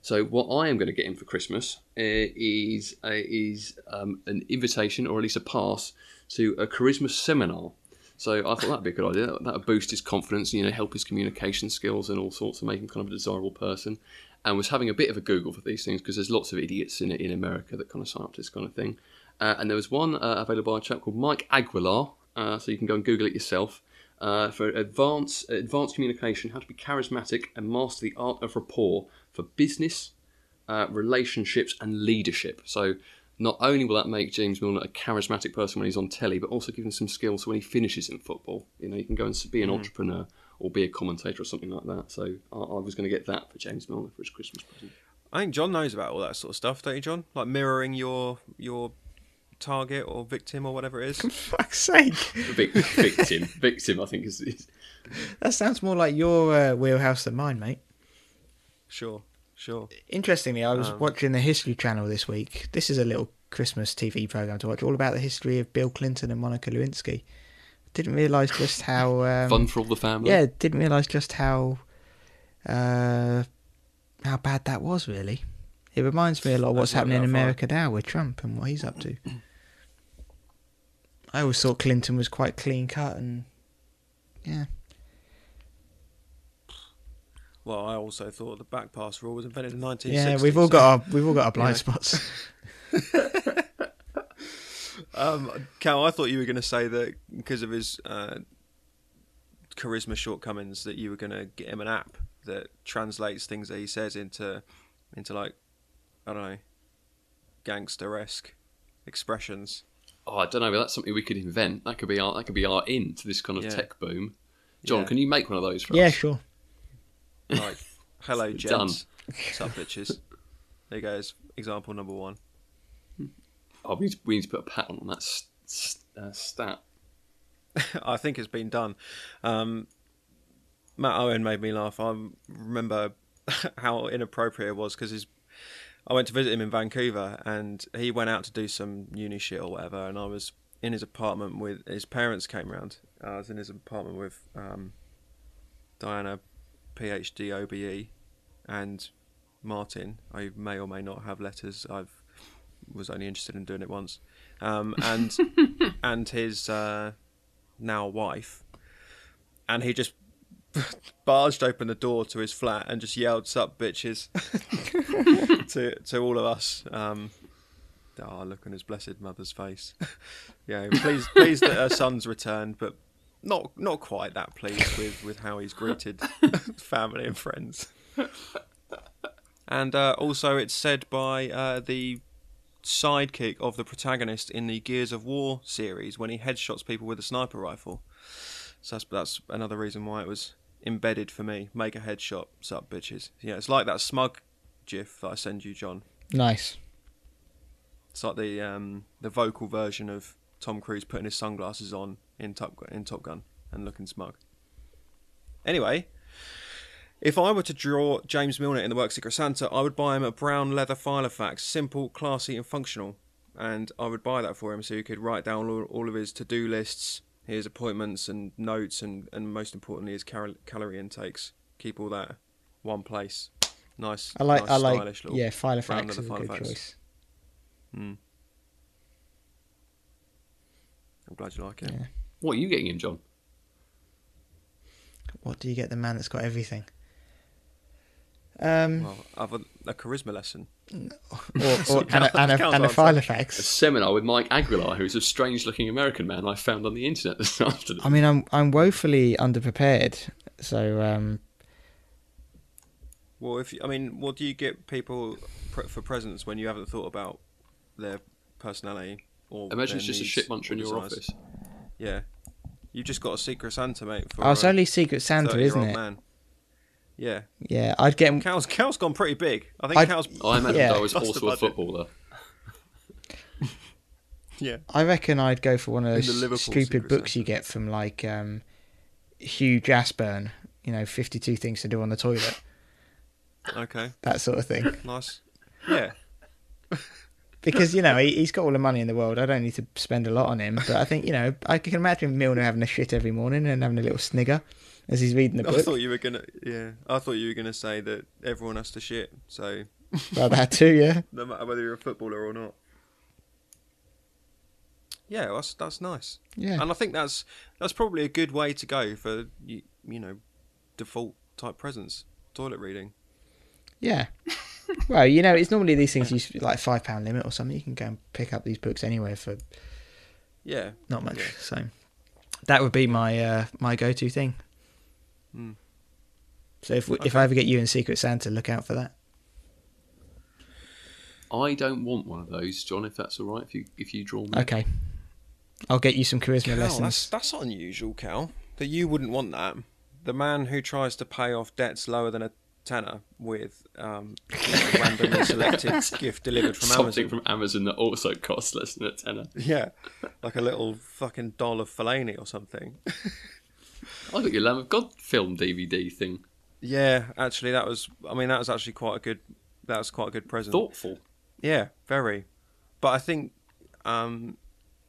Speaker 4: So what I am going to get him for Christmas uh, is uh, is um, an invitation or at least a pass to a charisma seminar. So I thought that'd be a good idea. That would boost his confidence, you know, help his communication skills and all sorts, and make him kind of a desirable person. And was having a bit of a Google for these things because there's lots of idiots in in America that kind of sign up to this kind of thing. Uh, and there was one uh, available by a chap called Mike Aguilar. Uh, so you can go and Google it yourself uh, for advanced advanced communication, how to be charismatic and master the art of rapport for business, uh, relationships, and leadership. So not only will that make James Milner a charismatic person when he's on telly, but also give him some skills so when he finishes in football, you know, he can go and be an entrepreneur or be a commentator or something like that. So I, I was going to get that for James Milner for his Christmas present.
Speaker 2: I think John knows about all that sort of stuff, don't you, John? Like mirroring your your target or victim or whatever it is.
Speaker 3: Fuck's sake!
Speaker 4: Vic- victim, victim, I think is, is
Speaker 3: That sounds more like your uh, wheelhouse than mine, mate.
Speaker 2: sure, sure.
Speaker 3: Interestingly, I
Speaker 2: Oh.
Speaker 3: was watching the History Channel this week. This is a little Christmas TV program to watch, all about the history of Bill Clinton and Monica Lewinsky. Didn't realise just how um,
Speaker 4: fun for all the family.
Speaker 3: yeah, didn't realise just how uh, how bad that was. Really, it reminds me a lot of what's
Speaker 2: That's not
Speaker 3: happening in
Speaker 2: that far.
Speaker 3: America now with Trump and what he's up to. I always thought Clinton was quite clean cut, and yeah,
Speaker 2: Well, I also thought the back pass rule was invented in 1960.
Speaker 3: yeah, we've all
Speaker 2: so-
Speaker 3: got our we've all got our blind spots.
Speaker 2: Um, Cal, I thought you were going to say that because of his uh, charisma shortcomings, that you were going to get him an app that translates things that he says into into like I don't know gangster esque expressions.
Speaker 4: Oh, I don't know, but that's something we could invent. That could be our that could be our in to this kind of
Speaker 2: Yeah.
Speaker 4: tech boom. John,
Speaker 2: Yeah.
Speaker 4: can you make one of those for
Speaker 3: yeah,
Speaker 4: us?
Speaker 3: sure.
Speaker 2: Like, hello,
Speaker 4: Done.
Speaker 2: gents. What's up, bitches? There goes example number one.
Speaker 4: Oh, we need to, we need to put a pattern on that s- s- uh, stat.
Speaker 2: I think it's been done. Um, Matt Owen made me laugh. I remember how inappropriate it was because his. I went to visit him in Vancouver, and he went out to do some uni shit or whatever. And I was in his apartment with his parents came round. I was in his apartment with um, Diana, PhD OBE, E and Martin. I may or may not have letters. I've was only interested in doing it once, um, and and his. Uh, now wife, and he just barged open the door to his flat and just yelled, "Sup, bitches!" to to all of us. Um, ah, look on his blessed mother's face. yeah, pleased pleased that her son's returned, but not not quite that pleased with with how he's greeted family and friends. And uh, also, it's said by uh, the sidekick of the protagonist in the Gears of War series when he headshots people with a sniper rifle. So that's, that's another reason why it was embedded for me. Make a headshot, sup bitches. Yeah, it's like that smug gif that I send you, John.
Speaker 3: Nice.
Speaker 2: It's like the um, the vocal version of Tom Cruise putting his sunglasses on in Top Gun, in Top Gun and looking smug. Anyway, if I were to draw James Milner in the work Secret Santa, I would buy him a brown leather filofax, simple, classy, and functional. And I would buy that for him so he could write down all, all of his to do lists, his appointments and notes, and, and most importantly, his cal- calorie intakes. Keep all that one place. Nice,
Speaker 3: I like
Speaker 2: nice
Speaker 3: I like
Speaker 2: stylish little
Speaker 3: yeah.
Speaker 2: brown
Speaker 3: Filofax is
Speaker 2: leather
Speaker 3: a good
Speaker 2: Filofax.
Speaker 3: choice.
Speaker 2: I'm glad you like it.
Speaker 3: Yeah.
Speaker 4: What are you getting him, John?
Speaker 3: What do you get the man that's got everything? Um,
Speaker 2: Well, I've a, a charisma lesson.
Speaker 3: or, or and a, and a,
Speaker 2: Count
Speaker 3: and a
Speaker 2: answer.
Speaker 4: A
Speaker 3: Filofax.
Speaker 4: seminar with Mike Aguilar, who's a strange-looking American man I found on the internet this afternoon.
Speaker 2: Oh,
Speaker 3: I mean, I'm I'm woefully underprepared, so um,
Speaker 2: Well, if you, I mean, what do you get people pre- for presents when you haven't thought about their personality or their
Speaker 4: Imagine it's just a
Speaker 2: needs
Speaker 4: shit muncher
Speaker 2: or
Speaker 4: in your
Speaker 2: desires?
Speaker 4: office.
Speaker 2: Yeah, you just got a secret Santa mate for.
Speaker 3: Oh, it's
Speaker 2: a
Speaker 3: only Secret Santa,
Speaker 2: 30-year-old
Speaker 3: isn't it?
Speaker 2: Man. Yeah,
Speaker 3: Yeah, I'd get him.
Speaker 2: Cal's Cal's gone pretty big. I think
Speaker 3: I'd-
Speaker 2: Cal's.
Speaker 4: Oh, I imagined
Speaker 3: Yeah.
Speaker 4: I was
Speaker 2: Lost the
Speaker 4: also a
Speaker 2: budget.
Speaker 4: footballer.
Speaker 2: Yeah,
Speaker 3: I reckon I'd go for one of
Speaker 2: In the
Speaker 3: those
Speaker 2: Liverpool
Speaker 3: stupid
Speaker 2: Secret
Speaker 3: books you get from like um, Hugh Jasburn. You know, fifty-two things to do on the toilet,
Speaker 2: okay,
Speaker 3: that sort of thing.
Speaker 2: nice. Yeah,
Speaker 3: Because you know he, he's got all the money in the world. I don't need to spend a lot on him, but I think you know I can imagine Milner having a shit every morning and having a little snigger as he's reading the
Speaker 2: I
Speaker 3: book.
Speaker 2: thought you were gonna. Yeah, I thought you were gonna say that everyone has to shit. So
Speaker 3: Well, that too, yeah.
Speaker 2: no matter whether you're a footballer or not. Yeah, that's that's nice,
Speaker 3: Yeah.
Speaker 2: and I think that's that's probably a good way to go for you, you know default type presents, toilet reading.
Speaker 3: Yeah. well, you know, it's normally these things you s- like five pound limit or something. You can go and pick up these books anywhere for
Speaker 2: Yeah,
Speaker 3: not much.
Speaker 2: Yeah.
Speaker 3: So that would be my uh, my go to thing.
Speaker 2: Hmm.
Speaker 3: So if we, if I ever get you in Secret Santa, look out for that.
Speaker 4: I don't want one of those, John. If that's all right, if you if you draw me,
Speaker 3: Okay. I'll get you some charisma
Speaker 2: Cal, that's
Speaker 3: lessons.
Speaker 2: that's not unusual, Cal. That you wouldn't want that. The man who tries to pay off debts lower than a tenner with um, a randomly selected gift delivered from
Speaker 4: something
Speaker 2: Amazon.
Speaker 4: from Amazon that also costs less than a tenner.
Speaker 2: Yeah, like a little fucking doll of Fellaini or something.
Speaker 4: I got your Lamb of God film DVD thing.
Speaker 2: Yeah, actually, that was. I mean, that was actually quite a good. That was quite a good present.
Speaker 4: Thoughtful.
Speaker 2: Yeah, very. But I think, um,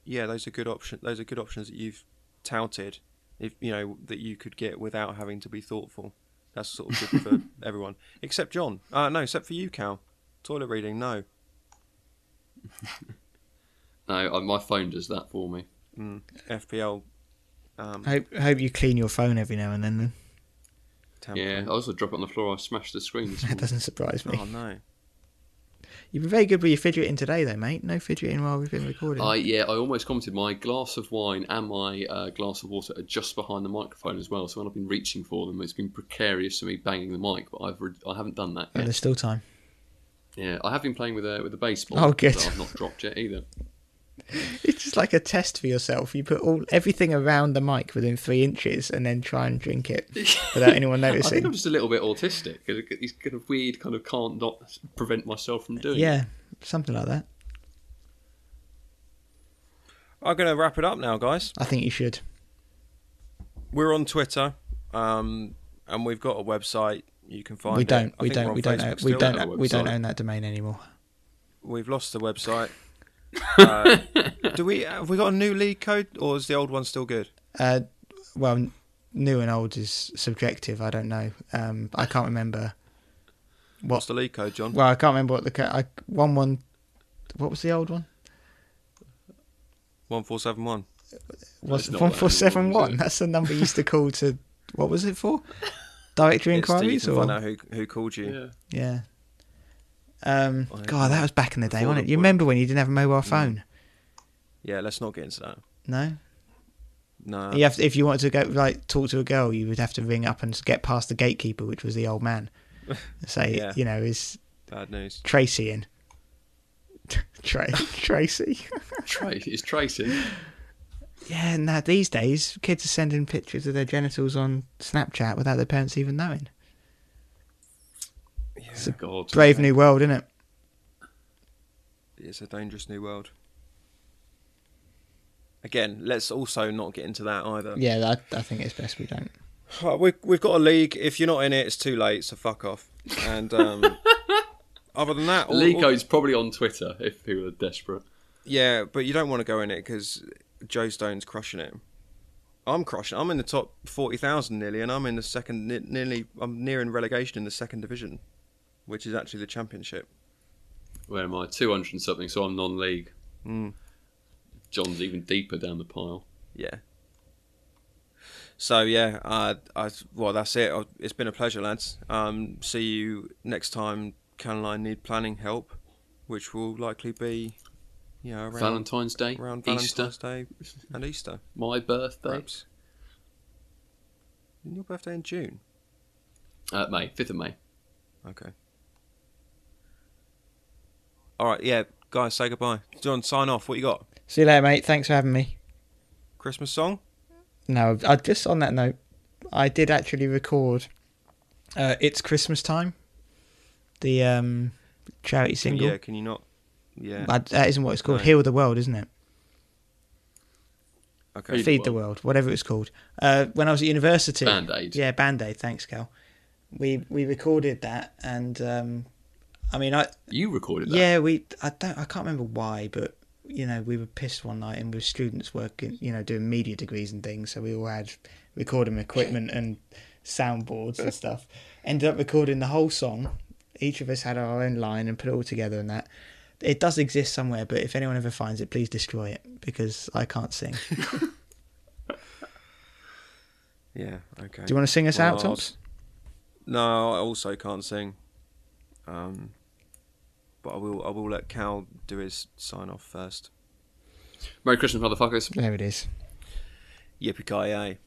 Speaker 2: yeah, those are good options. Those are good options that you've touted. If you know that you could get without having to be thoughtful, that's sort of good for everyone except John. Uh, no, except for you, Cal. Toilet reading, no.
Speaker 4: No, I, my phone does that for me.
Speaker 2: FPL. Um,
Speaker 3: I hope, I hope you clean your phone every now and then. Then
Speaker 2: tampering.
Speaker 4: Yeah, I also drop it on the floor. I smashed the screen. This
Speaker 3: that
Speaker 4: morning.
Speaker 3: doesn't surprise me.
Speaker 2: Oh no.
Speaker 3: You've been very good with your fidgeting today, though, mate. No fidgeting while we've been recording.
Speaker 4: I yeah, I almost commented my glass of wine and my uh, glass of water are just behind the microphone as well. So when I've been reaching for them, it's been precarious for me banging the mic. But I've re- I haven't done that
Speaker 3: Oh,
Speaker 4: yet.
Speaker 3: there's still time.
Speaker 4: Yeah, I have been playing with a with a baseball.
Speaker 3: Oh, good.
Speaker 4: that I've not dropped yet either.
Speaker 3: It's just like a test for yourself. You put all everything around the mic within three inches, and then try and drink it without anyone
Speaker 4: I think I'm
Speaker 3: noticing.
Speaker 4: just a little bit autistic. It's kind of weird. Kind of can't not prevent myself from doing. it.
Speaker 3: Yeah, something like that.
Speaker 2: I'm gonna wrap it up now, guys.
Speaker 3: I think you should.
Speaker 2: We're on Twitter, um, and we've got a website. You can find
Speaker 3: we
Speaker 2: it.
Speaker 3: don't.
Speaker 2: I
Speaker 3: We
Speaker 2: think
Speaker 3: don't.
Speaker 2: we're on
Speaker 3: We don't.
Speaker 2: Facebook
Speaker 3: Own, we
Speaker 2: still.
Speaker 3: don't.
Speaker 4: have a
Speaker 3: own- We don't
Speaker 4: website.
Speaker 3: own that domain anymore.
Speaker 2: We've lost the website. uh, do we have we got a new league code or is the old one still good?
Speaker 3: Uh, well, n- new and old is subjective. I don't know. Um, I can't remember.
Speaker 2: What's the league code, John?
Speaker 3: Well, I can't remember what the ca- I, one one. What was the old one?
Speaker 2: One four seven one.
Speaker 3: Was
Speaker 4: That's not
Speaker 3: one
Speaker 4: what
Speaker 3: four seven
Speaker 4: anyone was, is
Speaker 3: one?
Speaker 4: it?
Speaker 3: That's the number you used to call to. What was it for? Directory
Speaker 2: you
Speaker 3: inquiries
Speaker 2: can find
Speaker 3: or
Speaker 2: out who who called you.
Speaker 4: Yeah.
Speaker 3: yeah. Um,
Speaker 2: I-
Speaker 3: God, that was back in the day,
Speaker 4: Before
Speaker 3: wasn't it?
Speaker 4: the
Speaker 3: You
Speaker 4: point.
Speaker 3: remember when you didn't have a mobile phone?
Speaker 2: Yeah, let's not get into that.
Speaker 3: No.
Speaker 2: No.
Speaker 3: You have to, if you wanted to go like talk to a girl, you would have to ring up and get past the gatekeeper, which was the old man. Say,
Speaker 2: Yeah.
Speaker 3: you know, is
Speaker 2: Bad news.
Speaker 3: Tracy in? Tra- Tracy.
Speaker 4: Trace it's tracing.
Speaker 3: Yeah, now these days, kids are sending pictures of their genitals on Snapchat without their parents even knowing.
Speaker 4: Oh, God.
Speaker 3: Brave new world, isn't it?
Speaker 2: It's a dangerous new world. Again, let's also not get into that either.
Speaker 3: Yeah, I, I think it's best we don't.
Speaker 2: Right, we've, we've got a league. If you're not in it, it's too late. So fuck off. And um, other than that, all- all-
Speaker 4: Lico's probably on Twitter if people are desperate.
Speaker 2: Yeah, but you don't want to go in it because Joe Stone's crushing it. I'm crushing. I'm in the top forty thousand nearly, and I'm in the second ne- nearly. I'm nearing relegation in the second division, which is actually the championship.
Speaker 4: Where am I? 200 and something, so I'm non league.
Speaker 2: Mm.
Speaker 4: John's even deeper down the pile.
Speaker 2: Yeah. So yeah, uh, I well that's it. I- It's been a pleasure, lads. Um, see you next time. Can I need planning help, which will likely be, you know, around
Speaker 4: Valentine's Day,
Speaker 2: around
Speaker 4: Easter,
Speaker 2: Valentine's Day and Easter,
Speaker 4: my birthday.
Speaker 2: perhaps. Your birthday in June.
Speaker 4: Uh, May, 5th of May.
Speaker 2: Okay. All right, yeah, guys, say goodbye. John, sign off. What you got?
Speaker 3: See you later, mate. Thanks for having me.
Speaker 2: Christmas song?
Speaker 3: No, I just on that note, I did actually record. Uh, it's Christmas time. The um, charity single.
Speaker 2: Yeah, can you not? Yeah.
Speaker 3: But that isn't what it's called.
Speaker 2: No.
Speaker 3: Heal the world, isn't it?
Speaker 2: Okay.
Speaker 4: Feed the
Speaker 3: Feed the world, whatever it's called. Uh, when I was at university,
Speaker 4: Band-Aid.
Speaker 3: Yeah, band aid. Thanks, Cal. We we recorded that, and um, I mean, I
Speaker 4: You recorded that.
Speaker 3: yeah, we I don't I can't remember why, but you know, we were pissed one night and we were students working, you know, doing media degrees and things, so we all had recording equipment and soundboards and stuff. Ended up recording the whole song. Each of us had our own line and put it all together and that. It does exist somewhere, but if anyone ever finds it, please destroy it because I can't sing. Do
Speaker 2: Yeah, okay.
Speaker 3: you want to sing us out,
Speaker 2: Well,
Speaker 3: Tops?
Speaker 2: No, I also can't sing. Um, but I will. I will let Cal do his sign off first.
Speaker 4: Merry Christmas, motherfuckers.
Speaker 3: There it is.
Speaker 2: Yippee ki yay!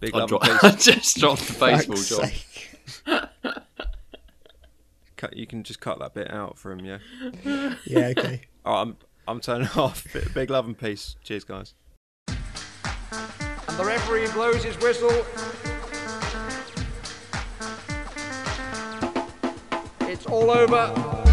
Speaker 2: Big
Speaker 4: I,
Speaker 2: love.
Speaker 4: dro-
Speaker 2: and
Speaker 4: I just dropped the baseball
Speaker 3: Fuck's
Speaker 4: job.
Speaker 3: sake.
Speaker 2: peace. Cut, you can just cut that bit out for him. Yeah.
Speaker 3: Yeah, okay.
Speaker 2: All right, I'm. I'm turning off. Big love and peace. Cheers, guys.
Speaker 1: and the referee blows his whistle. It's all over.